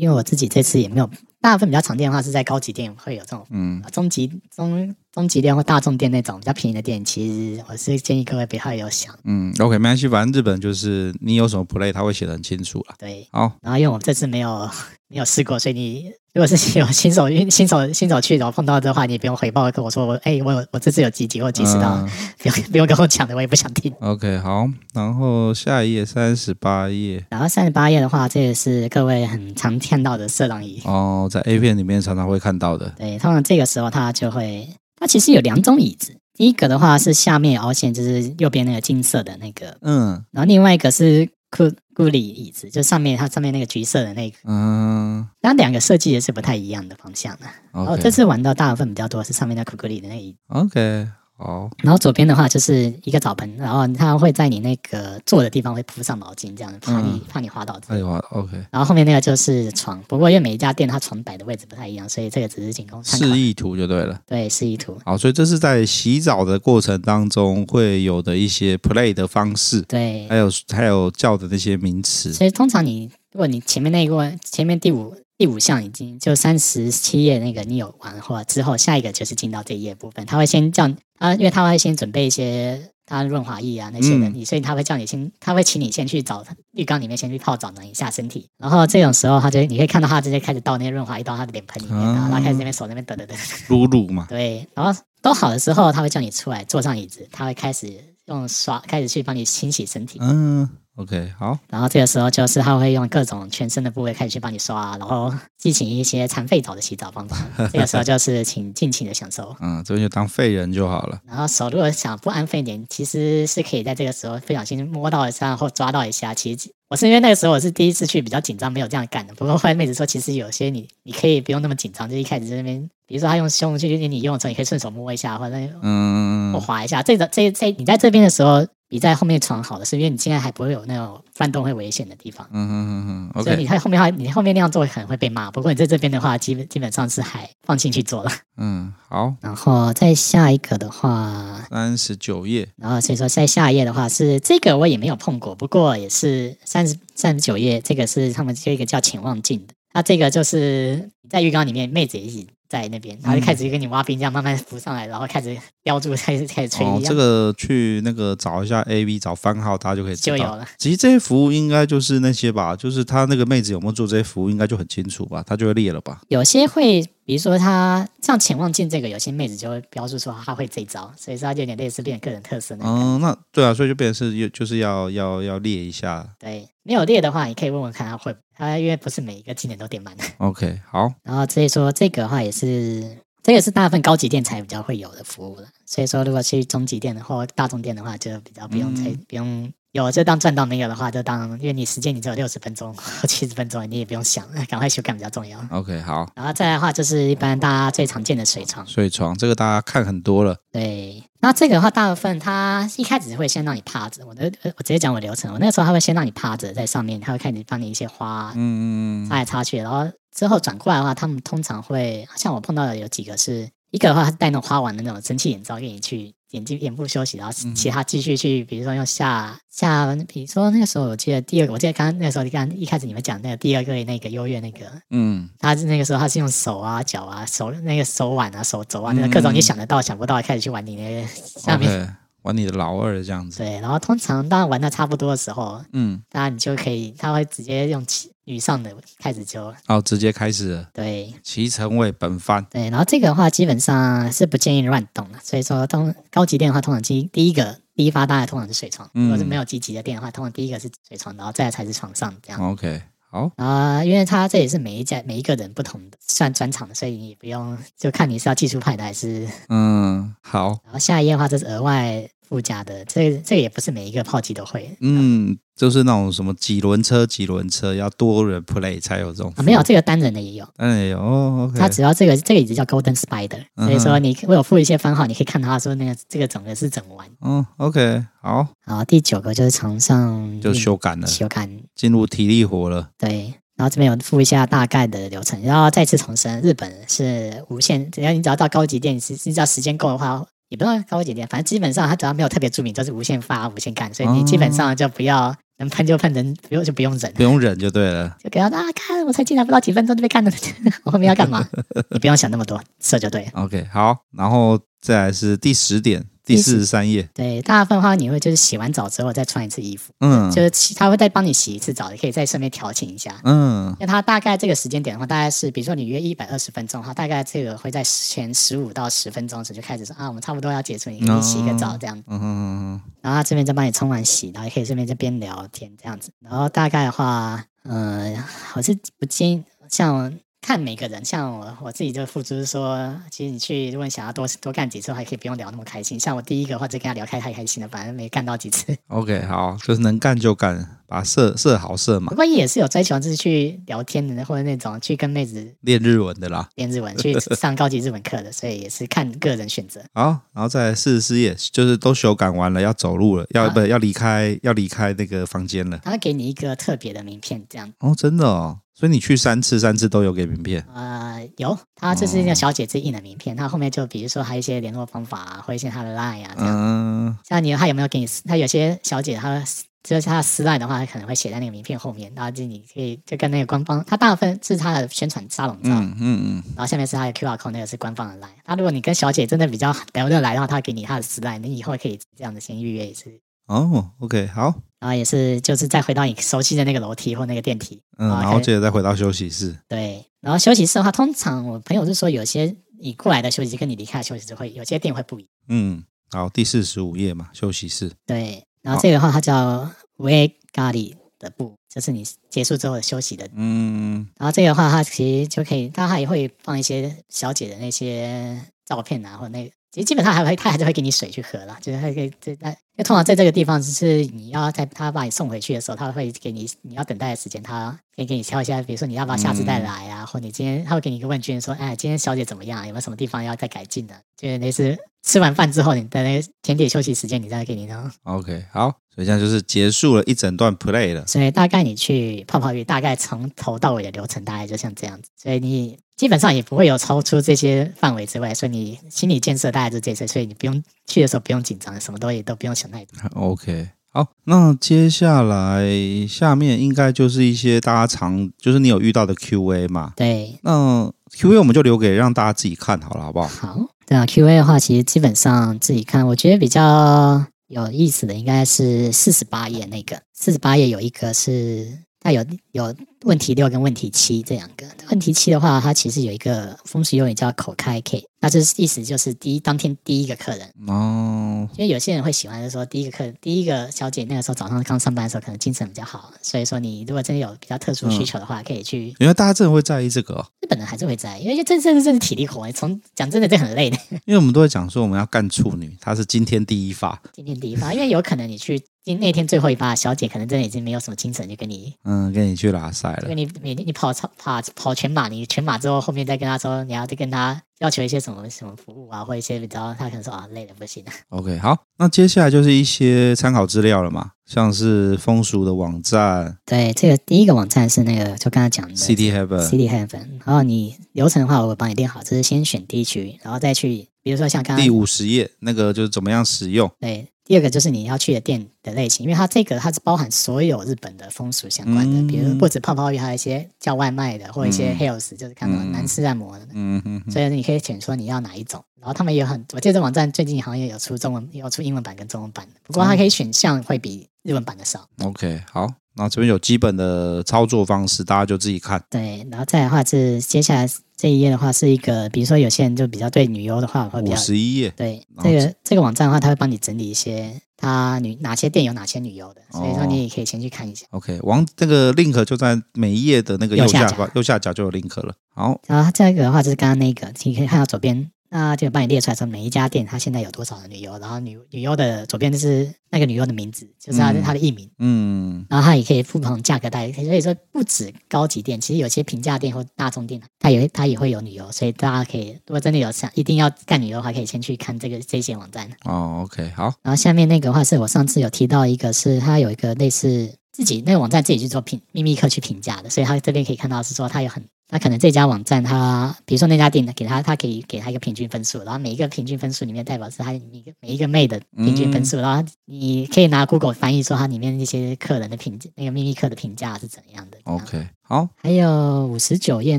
Speaker 5: 因为我自己这次也没有，大部分比较常见的话是在高级店会有这种，
Speaker 2: 嗯，
Speaker 5: 中级中中级店或大众店那种比较便宜的店，其实我是建议各位不要有想，
Speaker 2: 嗯，OK，没关系，反正日本就是你有什么 play，他会写的很清楚啦。
Speaker 5: 对。
Speaker 2: 好，
Speaker 5: 然后因为我这次没有没有试过，所以你如果是有新手新手新手去然后碰到的话，你不用回报跟我说我哎、我有我这次有几级我有几十到，
Speaker 2: 嗯
Speaker 5: 不用不用跟我讲的，我也不想听。
Speaker 2: OK，好，然后下一页三十八页
Speaker 5: 然后三十八页的话，这也是各位很常看到的色狼椅。
Speaker 2: 哦，在 A 片里面常常会看到的。
Speaker 5: 对，通常这个时候它就会，它其实有两种椅子，第一个的话是下面有凹陷，就是右边那个金色的那个，
Speaker 2: 嗯
Speaker 5: 然后另外一个是库库里椅子，就上面它上面那个橘色的那个，
Speaker 2: 嗯
Speaker 5: 然后两个设计也是不太一样的方向的。然后
Speaker 2: ，OK，
Speaker 5: 这次玩到大部分比较多是上面那库库里的那个椅子，
Speaker 2: OK，好，
Speaker 5: 然后左边的话就是一个澡盆，然后它会在你那个坐的地方会铺上毛巾，这样怕你、怕你滑倒之类的。
Speaker 2: 哎呦，OK，
Speaker 5: 然后后面那个就是床，不过因为每一家店它床摆的位置不太一样，所以这个只是仅供参考
Speaker 2: 示。意图就对了。
Speaker 5: 对，示意图。
Speaker 2: 好，所以这是在洗澡的过程当中会有的一些 play 的方式，
Speaker 5: 对
Speaker 2: 还，有还有叫的那些名词。
Speaker 5: 所以通常你，如果你前面那一个前面第五第五项已经就三十七页那个你有玩或之后，下一个就是进到这一页部分，他会先叫他，因为他会先准备一些他润滑液啊那些的，
Speaker 2: 嗯
Speaker 5: 你所以他会叫你先，他会请你先去找浴缸里面先去泡澡暖一下身体，然后这种时候他就你可以看到他直接开始倒那些润滑液到他的脸盆里面，然后他开始那边手那边抖抖抖，
Speaker 2: 露露嘛，
Speaker 5: 对，然后都好的时候，他会叫你出来坐上椅子，他会开始用刷开始去帮你清洗身体，
Speaker 2: 嗯，OK，好，
Speaker 5: 然后这个时候就是他会用各种全身的部位开始去帮你刷，然后进行一些残废澡的洗澡方法。这个时候就是请尽情的享受。
Speaker 2: 嗯，这边就当废人就好了。
Speaker 5: 然后手如果想不安分一点，其实是可以在这个时候不小心摸到一下或抓到一下，其实我是因为那个时候我是第一次去，比较紧张，没有这样干的。不过后来妹子说，其实有些你你可以不用那么紧张，就一开始在那边，比如说他用胸去你用的时候，你可以顺手摸一下，或者
Speaker 2: 嗯
Speaker 5: 我，滑一下。这个这这，你在这边的时候比在后面闯好的是，因为你现在还不会有那种翻动会危险的地方。
Speaker 2: 嗯嗯嗯嗯
Speaker 5: 所以你
Speaker 2: ，OK，
Speaker 5: 看后面的话，你后面那样做可能会被骂。不过你在这边的话，基本基本上是还放心去做了。
Speaker 2: 嗯，好，
Speaker 5: 然后再下一个的话，
Speaker 2: 三十九页，
Speaker 5: 然后所以说在下一页的话是这个我也没有碰过，不过也是三十三十九页，这个是他们就一个叫潜望镜的。那这个就是在浴缸里面，妹子也一起在那边，然后就开始跟你挖冰这样慢慢浮上来，然后开始叼住，开始开始吹一
Speaker 2: 哦
Speaker 5: 样，，
Speaker 2: 这个去那个找一下 A V 找番号，大家就可以知
Speaker 5: 就有
Speaker 2: 道。
Speaker 5: 了。
Speaker 2: 其实这些服务应该就是那些吧，就是他那个妹子有没有做这些服务，应该就很清楚吧，他就会列了吧。
Speaker 5: 有些会，比如说他像潜望镜这个，有些妹子就会标注说她会这一招，所以说她就有点类似练个人特色那种感觉。
Speaker 2: 嗯，那对啊，所以就变成是就是要要要列一下。
Speaker 5: 对，没有列的话，你可以问问看她会不会，她因为不是每一个景点都点满的。
Speaker 2: OK，好，
Speaker 5: 然后所以说这个的话也是，这个是大部分高级店才比较会有的服务了。所以说如果去中级店或大众店的话，就比较不用再、不用有就当赚到没有的话，就当因为你时间你只有六十分钟或七十分钟，你也不用想，赶快修改比较重要。
Speaker 2: OK，好，
Speaker 5: 然后再来的话就是一般大家最常见的水床，
Speaker 2: 睡床这个大家看很多了，
Speaker 5: 对，那这个的话，大部分他一开始会先让你趴着，我的呃我直接讲我流程，我那个时候他会先让你趴着在上面，他会开始帮你一些花
Speaker 2: 嗯
Speaker 5: 擦来擦去，然后之后转过来的话，他们通常会像我碰到的有几个是一个的话，他戴那种花纹的那种蒸汽眼罩给你去眼睛眼部休息，然后
Speaker 2: 嗯
Speaker 5: 其他继续去，比如说用下下，比如说那个时候我记得第二个，我记得刚刚那个时候你刚一开始你们讲那个第二个那个优越那个
Speaker 2: 嗯，
Speaker 5: 他是那个时候他是用手啊、脚啊、手那个手腕啊、手肘啊，那个各种你想得到、想不到的开始去玩你那个下面。
Speaker 2: 嗯 OK，玩你的老二这样子，
Speaker 5: 对，然后通常当玩的差不多的时候，
Speaker 2: 嗯，
Speaker 5: 那你就可以，他会直接用起女上的开始就
Speaker 2: 好，哦直接开始了，
Speaker 5: 对
Speaker 2: 其成为本番，
Speaker 5: 对，然后这个的话基本上是不建议乱动的，所以说通高级店的话，通常第一第一个第一发大的通常是水床，如果是
Speaker 2: 嗯
Speaker 5: 没有积极的店的话，通常第一个是水床，然后再来才是床上这样。
Speaker 2: OK，好，
Speaker 5: 啊、因为他这也是每一家每一个人不同的算专场的，所以你不用就看你是要技术派的还是。
Speaker 2: 嗯，好，
Speaker 5: 然后下一页的话，这是额外附加的，这这个也不是每一个炮击都会
Speaker 2: 嗯，就是那种什么几轮车、几轮车，要多人 play 才有这种服
Speaker 5: 啊，
Speaker 2: 务，
Speaker 5: 没有这个单人的也有。
Speaker 2: 当然也有哦，OK，
Speaker 5: 它只要这个这个椅子叫 Golden Spider，
Speaker 2: 嗯哼
Speaker 5: 所以说你我有附一些番号，你可以看他说那个这个整个是怎么玩。
Speaker 2: 嗯，OK，好，
Speaker 5: 然后第九个就是床上
Speaker 2: 就修改了，
Speaker 5: 修刊，
Speaker 2: 进入体力活了，
Speaker 5: 对。然后这边有附一下大概的流程，然后再次重申，日本是无限，只要你只要到高级店，你只你只要时间够的话，也不算高级店，反正基本上它只要没有特别注明，就是无限发、无限干，所以你基本上就不要能喷就喷，能不用就不用忍。
Speaker 2: 不用忍就对了，
Speaker 5: 就给他啊，看我才进来不到几分钟就被干了， 我后面要干嘛？你不用想那么多，射就对了。
Speaker 2: OK，好，然后再来是第十点，第
Speaker 5: 第
Speaker 2: 四
Speaker 5: 十
Speaker 2: 十三页，
Speaker 5: 对，大部分的话你会就是洗完澡之后再穿一次衣服，
Speaker 2: 嗯
Speaker 5: 就是其他会再帮你洗一次澡，也可以再顺便调情一下。
Speaker 2: 嗯
Speaker 5: 那它大概这个时间点的话，大概是比如说你约一百二十分钟的话，大概这个会在前十五到十分钟时就开始说啊，我们差不多要结束，你可以洗一个澡这样子。
Speaker 2: 嗯嗯
Speaker 5: 然后他这边再帮你冲完洗，然后也可以顺便这边聊天这样子。然后大概的话，呃，我是不建议像看每个人，像我我自己就付出说，其实你去如果你想要多多干几次，还可以不用聊那么开心。像我第一个的话，就跟他聊开太开心了，反正没干到几次。
Speaker 2: ，OK，好，就是能干就干，把射射好射嘛
Speaker 5: 不，过也是有追求，就是去聊天的，或者那种去跟妹子
Speaker 2: 练日文的啦。
Speaker 5: 练日 文，去上高级日文课的，所以也是看个人选择。
Speaker 2: 好，然后再来四十四页，就是都修改完了，要走路了，要、
Speaker 5: 啊
Speaker 2: 不要离开，要离开那个房间了。
Speaker 5: 他会给你一个特别的名片，这样
Speaker 2: 哦，真的哦，所以你去三次，三次都有给名片。
Speaker 5: 呃，有，他就是
Speaker 2: 哦
Speaker 5: 那个小姐自己印的名片，他后面就比如说还有一些联络方法啊，或一些他的 line 啊这样。
Speaker 2: 嗯，
Speaker 5: 像你他有没有给你私？他有些小姐她就是她的私 line 的话，她可能会写在那个名片后面，然后就你可以就跟那个官方，他大部分是他的宣传沙龙照，
Speaker 2: 嗯嗯
Speaker 5: 然后下面是他的 QR code，那个是官方的 line。那如果你跟小姐真的比较聊得来的话，她会给你她的私 line，你以后可以这样的先预约一次。
Speaker 2: 嗯，哦，OK，好，
Speaker 5: 然后也是，就是再回到你熟悉的那个楼梯或那个电梯，
Speaker 2: 嗯，
Speaker 5: 啊
Speaker 2: 然后
Speaker 5: 可以
Speaker 2: 接着再回到休息室。
Speaker 5: 对，然后休息室的话，通常我朋友是说，有些你过来的休息室跟你离开的休息室会有些店会不一样。
Speaker 2: 嗯，好，第四十五页嘛，休息室。
Speaker 5: 对，然
Speaker 2: 好
Speaker 5: 后这个的话它叫 we gali 的步，就是你结束之后休息的。
Speaker 2: 嗯，
Speaker 5: 然后这个的话，它其实就可以，它还会放一些小姐的那些照片啊，或那其实基本上还会，他还是会给你水去喝啦，就是他给这那，因为通常在这个地方，就是你要在他把你送回去的时候，他会给你你要等待的时间，他可以给你挑一下，比如说你要不要下次再来啊，或你今天他会给你一个问卷说，哎，今天小姐怎么样？有没有什么地方要再改进的？啊就是类似吃完饭之后，你在那个甜点休息时间，你再给你呢。
Speaker 2: OK，好，所以这样就是结束了一整段 play 了。
Speaker 5: 所以大概你去泡泡浴，大概从头到尾的流程大概就像这样子，所以你基本上也不会有超出这些范围之外，所以你心理建设大概就这些，所以你不用去的时候不用紧张，什么东西都不用想太多。
Speaker 2: OK，好，那接下来下面应该就是一些大家常就是你有遇到的 Q&A 嘛？
Speaker 5: 对，
Speaker 2: 那 Q&A 我们就留给让大家自己看好了，好不好？
Speaker 5: 好，对啊，Q&A 的话，其实基本上自己看，我觉得比较有意思的应该是四十八页那个，四十八页有一个是它有有问题六跟问题七这两个。问题七的话，它其实有一个风俗用语叫口开 K，那就是意思就是第一当天第一个客人。
Speaker 2: 哦，
Speaker 5: 因为有些人会喜欢，就是说第一个客，第一个小姐那个时候早上刚上班的时候，可能精神比较好，所以说你如果真的有比较特殊需求的话，可以去
Speaker 2: 原来大家真的会在意这个、哦，
Speaker 5: 日本人还是会在意，因为这这这是体力活，哎从讲真的这很累的。
Speaker 2: 因为我们都会讲说我们要干处女，她是今天第一发。
Speaker 5: 今天第一发，因为有可能你去今那天最后一发，小姐可能真的已经没有什么精神，就跟你
Speaker 2: 嗯，跟你去拉塞
Speaker 5: 因
Speaker 2: 了
Speaker 5: 为。你每天你跑操跑跑全马，你全马之后后面再跟她说你要再跟她要求一些什么什么服务啊，或一些比较，她可能说啊累了不行了。
Speaker 2: OK，好，那接下来就是一些参考资料了嘛，像是风俗的网站
Speaker 5: 对，这个第一个网站是那个就刚才讲的
Speaker 2: City Heaven，
Speaker 5: CD Heaven，然后你流程的话，我会帮你列好，就是先选地区，然后再去，比如说像刚
Speaker 2: 第
Speaker 5: 刚
Speaker 2: 五十页那个就是怎么样使用。
Speaker 5: 对，第二个就是你要去的店的类型，因为它这个它是包含所有日本的风俗相关的，比如
Speaker 2: 嗯
Speaker 5: 不止泡泡浴，还有一些叫外卖的，或一些
Speaker 2: 嗯
Speaker 5: Heels，、就是看到
Speaker 2: 嗯
Speaker 5: 男士按摩的。
Speaker 2: 嗯哼哼，
Speaker 5: 所以你可以选说你要哪一种，然后他们也有很，我记得这网站最近好像也有出中文，也有出英文版跟中文版的，不过
Speaker 2: 哦
Speaker 5: 它可以选项会比日文版的少。
Speaker 2: OK，好，那这边有基本的操作方式，大家就自己看。
Speaker 5: 对，然后再来的话是接下来这一页的话是一个，比如说有些人就比较对女优的话会比
Speaker 2: 五
Speaker 5: 较
Speaker 2: 十一页，
Speaker 5: 对，
Speaker 2: 然
Speaker 5: 这
Speaker 2: 后
Speaker 5: 个这个网站的话，它会帮你整理一些它女哪些店有哪些女优的，所以说
Speaker 2: 哦
Speaker 5: 你也可以先去看一下。
Speaker 2: OK，往那个 link 就在每一页的那个
Speaker 5: 右
Speaker 2: 右
Speaker 5: 下
Speaker 2: 下
Speaker 5: 角
Speaker 2: 方，右下角就有 link 了。好，
Speaker 5: 然后这个的话就是刚刚那个，你可以看到左边，那就帮你列出来说每一家店它现在有多少的女优，然后女女优的左边就是那个女优的名字，就是她的
Speaker 2: 嗯
Speaker 5: 她的艺名。
Speaker 2: 嗯，
Speaker 5: 然后它也可以不同价格带，所以说不止高级店，其实有些平价店或大众店，它也会它也会有女优，所以大家可以如果真的有想一定要干女优的话，可以先去看这个这些网站。
Speaker 2: 哦，OK，好，
Speaker 5: 然后下面那个话是我上次有提到一个是，它有一个类似自己那个网站自己去做评秘密课去评价的，所以它这边可以看到是说它有很，它可能这家网站它比如说那家店的给它，它可以给它一个平均分数，然后每一个平均分数里面代表是它每一个每一个妹的平均分数，然后你可以拿 Google 翻译说它里面那些客人的评那个秘密课的评价是怎样的。这样
Speaker 2: OK，好，
Speaker 5: 还有五十九页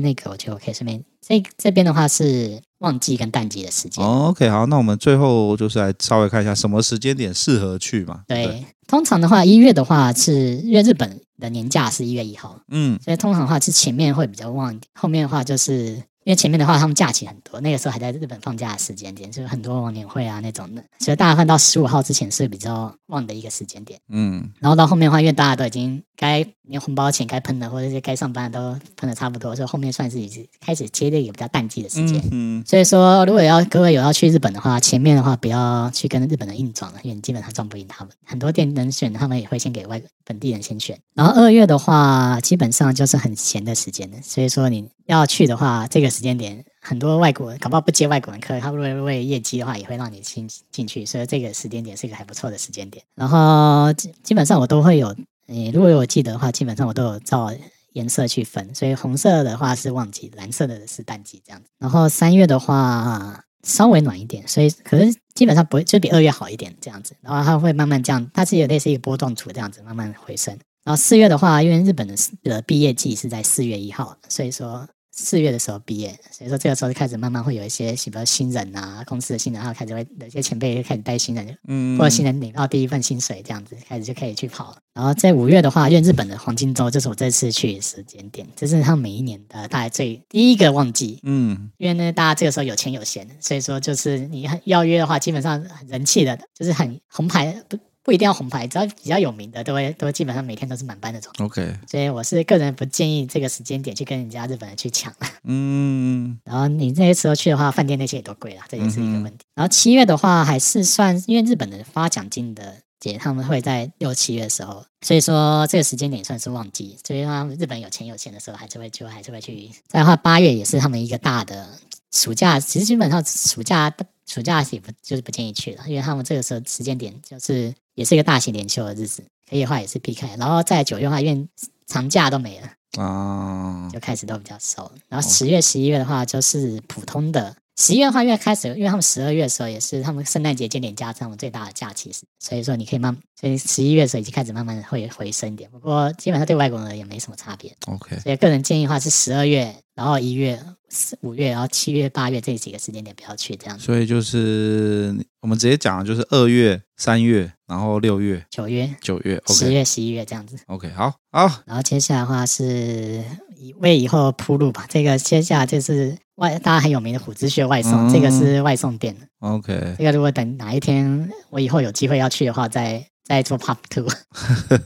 Speaker 5: 那个，我觉得我可以顺便这这边的话是旺季跟淡季的时间。
Speaker 2: 哦，OK，好，那我们最后就是来稍微看一下什么时间点适合去嘛。不
Speaker 5: 对，通常的话，一月的话是因为日本的年假是一月一号，
Speaker 2: 嗯，
Speaker 5: 所以通常的话是前面会比较旺一点，后面的话就是因为前面的话他们假期很多，那个时候还在日本放假的时间点，就是很多忘年会啊那种的，所以大家看到十五号之前是比较旺的一个时间点。
Speaker 2: 嗯，
Speaker 5: 然后到后面的话，因为大家都已经该连红包钱该喷的，或者是该上班的都喷的差不多，所以后面算是已经开始接这个比较淡季的时间。
Speaker 2: 嗯，
Speaker 5: 所以说，如果要各位有要去日本的话，前面的话不要去跟日本人硬撞了，因为你基本上撞不赢他们。很多店能选，他们也会先给外本地人先选。然后二月的话，基本上就是很闲的时间了，所以说你要去的话，这个时间点。很多外国人搞不好不接外国人客，他们为为业绩的话，也会让你进进去，所以这个时间点是一个还不错的时间点。然后基基本上我都会有，诶、如果我记得的话，基本上我都有照颜色去分，所以红色的话是旺季，蓝色的是淡季这样子。然后三月的话稍微暖一点，所以可是基本上不会，就比二月好一点这样子。然后它会慢慢这样，它是有类似一个波动图这样子慢慢回升。然后四月的话，因为日本的的毕业季是在四月一号，所以说四月的时候毕业，所以说这个时候开始慢慢会有一些，比如说新人啊，公司的新人，然后开始会有一些前辈就开始带新人，
Speaker 2: 嗯，
Speaker 5: 或者新人领到第一份薪水这样子，开始就可以去跑了。然后在五月的话，因为日本的黄金周就是我这次去的时间点，这是他每一年的大概最第一个旺季。
Speaker 2: 嗯，
Speaker 5: 因为呢，大家这个时候有钱有闲，所以说就是你很要约的话，基本上很人气的，就是很红牌不不一定要红牌，只要比较有名的，都会都会基本上每天都是满班那种。
Speaker 2: OK，
Speaker 5: 所以我是个人不建议这个时间点去跟人家日本人去抢。
Speaker 2: 嗯，
Speaker 5: 然后你那些时候去的话，饭店那些也都贵啦，这也是一个问题。然后七月的话，还是算因为日本人发奖金的节，他们会在六七月的时候，所以说这个时间点算是旺季。所以说日本有钱有闲的时候，还是会就还是会去。再的话，八月也是他们一个大的暑假，其实基本上暑假暑假也不就是不建议去了，因为他们这个时候时间点就是也是一个大型连休的日子，可以的话也是避开。然后在九月的话，因为长假都没了。
Speaker 2: 啊，
Speaker 5: 就开始都比较熟了。然后十月、十一月的话，就是普通的。十一月的话，越开始，因为他们十二月的时候也是他们圣诞节节点假，是他们最大的假期，所以说你可以慢，所以十一月的时候已经开始慢慢的会回升一点。不过基本上对外国人也没什么差别。
Speaker 2: OK，
Speaker 5: 所以个人建议的话是十二月，然后一月、四五月，然后七月、八月这几个时间点不要去，这样子。
Speaker 2: 所以就是我们直接讲，就是二月、三月，然后六月、
Speaker 5: 九月、
Speaker 2: 九月
Speaker 5: 十
Speaker 2: ，OK，OK，、
Speaker 5: 月、十一月这样子。
Speaker 2: OK，好，好，
Speaker 5: 然后接下来的话是以为以后铺路吧。这个接下来就是外大家很有名的虎之穴外送，这个是外送店。
Speaker 2: OK，
Speaker 5: 这个如果等哪一天我以后有机会要去的话，再再做 Pop Two。
Speaker 2: 哦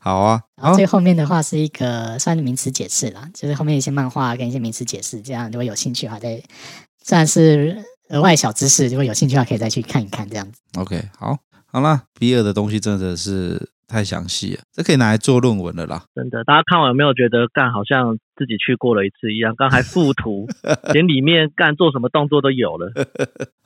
Speaker 2: 好啊，
Speaker 5: 然
Speaker 2: 好
Speaker 5: 后最后面的话是一个算是名词解释啦，就是后面一些漫画跟一些名词解释，这样如果有兴趣的话，再算是额外小知识，如果有兴趣的话可以再去看一看这样子。
Speaker 2: ，OK，好，好啦，比尔的东西真的是太详细了，这可以拿来做论文了啦。
Speaker 4: 真的，大家看完有没有觉得干好像自己去过了一次一样？刚还附图，连里面干做什么动作都有 了。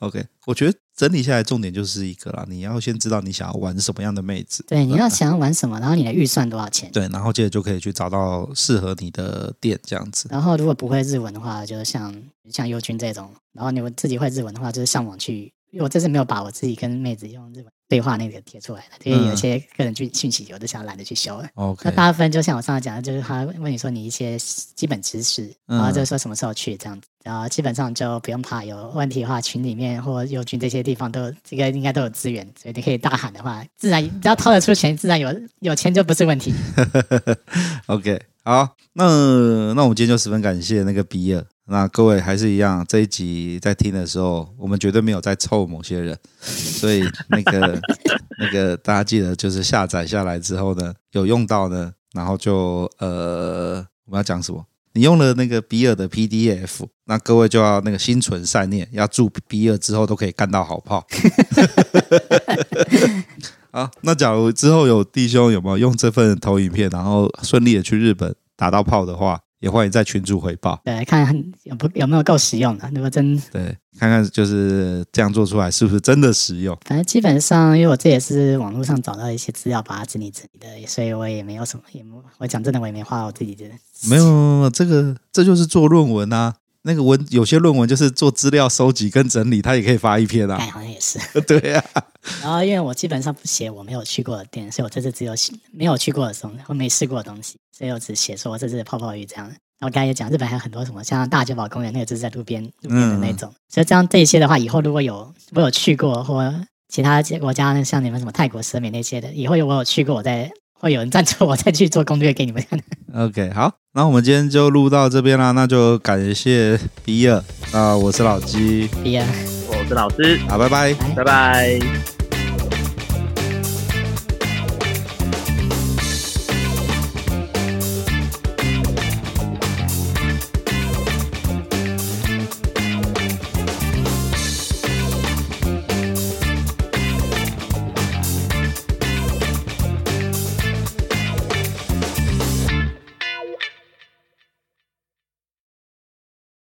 Speaker 2: OK，我觉得整理下来重点就是一个啦，你要先知道你想要玩什么样的妹子，
Speaker 5: 对，你要想要玩什么，然后你的预算多少钱？
Speaker 2: 对，然后接着就可以去找到适合你的店这样子。
Speaker 5: 然后如果不会日文的话，就是像像优君这种，然后你们自己会日文的话，就是上网去。因为我这次没有把我自己跟妹子用日文对话那个贴出来的，因为有
Speaker 2: 嗯
Speaker 5: 些个人讯讯息，我都想懒得去修了。那
Speaker 2: OK，
Speaker 5: 大部分就像我上次讲的，就是他问你说你一些基本知识，
Speaker 2: 嗯
Speaker 5: 然后就说什么时候去这样子，然后基本上就不用怕有问题的话，群里面或友群这些地方都有这个应该都有资源，所以你可以大喊的话，自然只要掏得出钱，自然有有钱就不是问 题。
Speaker 2: OK，好，那那我们今天就十分感谢那个比尔。那各位还是一样，这一集在听的时候，我们绝对没有在凑某些人，所以那个那个大家记得就是下载下来之后呢，有用到呢，然后就呃，我们要讲什么？你用了那个比尔的 PDF，那各位就要那个心存善念，要祝比尔之后都可以干到好炮。啊，那假如之后有弟兄有没有用这份投影片，然后顺利的去日本打到炮的话，也欢迎在群组回报。
Speaker 5: 对，看有不有没有够实用的。如果真
Speaker 2: 对，看看就是这样做出来是不是真的实用。
Speaker 5: 反正基本上，因为我这也是网络上找到一些资料，把它整理整理的，所以我也没有什么，也没我讲真的，我也没花我自己的
Speaker 2: 没有没有，没有这个这就是做论文啊。那个文有些论文就是做资料收集跟整理，它也可以发一篇
Speaker 5: 哎，
Speaker 2: 啊。
Speaker 5: 好像也是。
Speaker 2: 对啊，
Speaker 5: 然后因为我基本上不写我没有去过的店，所以我这次只有写没有去过的东西，我没试过的东西，所以我只写说这次的泡泡浴这样。然后刚才也讲，日本还有很多什么，像大久保公园那个就是在路边路边的那种，所以这样这一些的话，以后如果有我有去过或其他国家，像你们什么泰国、石美那些的，以后我有去过，我再会有人赞助我再去做攻略给你们看。
Speaker 2: OK，好，那我们今天就录到这边啦，那就感谢比尔啊，我是老鸡，啊
Speaker 5: 毕业。
Speaker 4: 我是老师，
Speaker 2: 好，拜拜。
Speaker 4: 拜拜。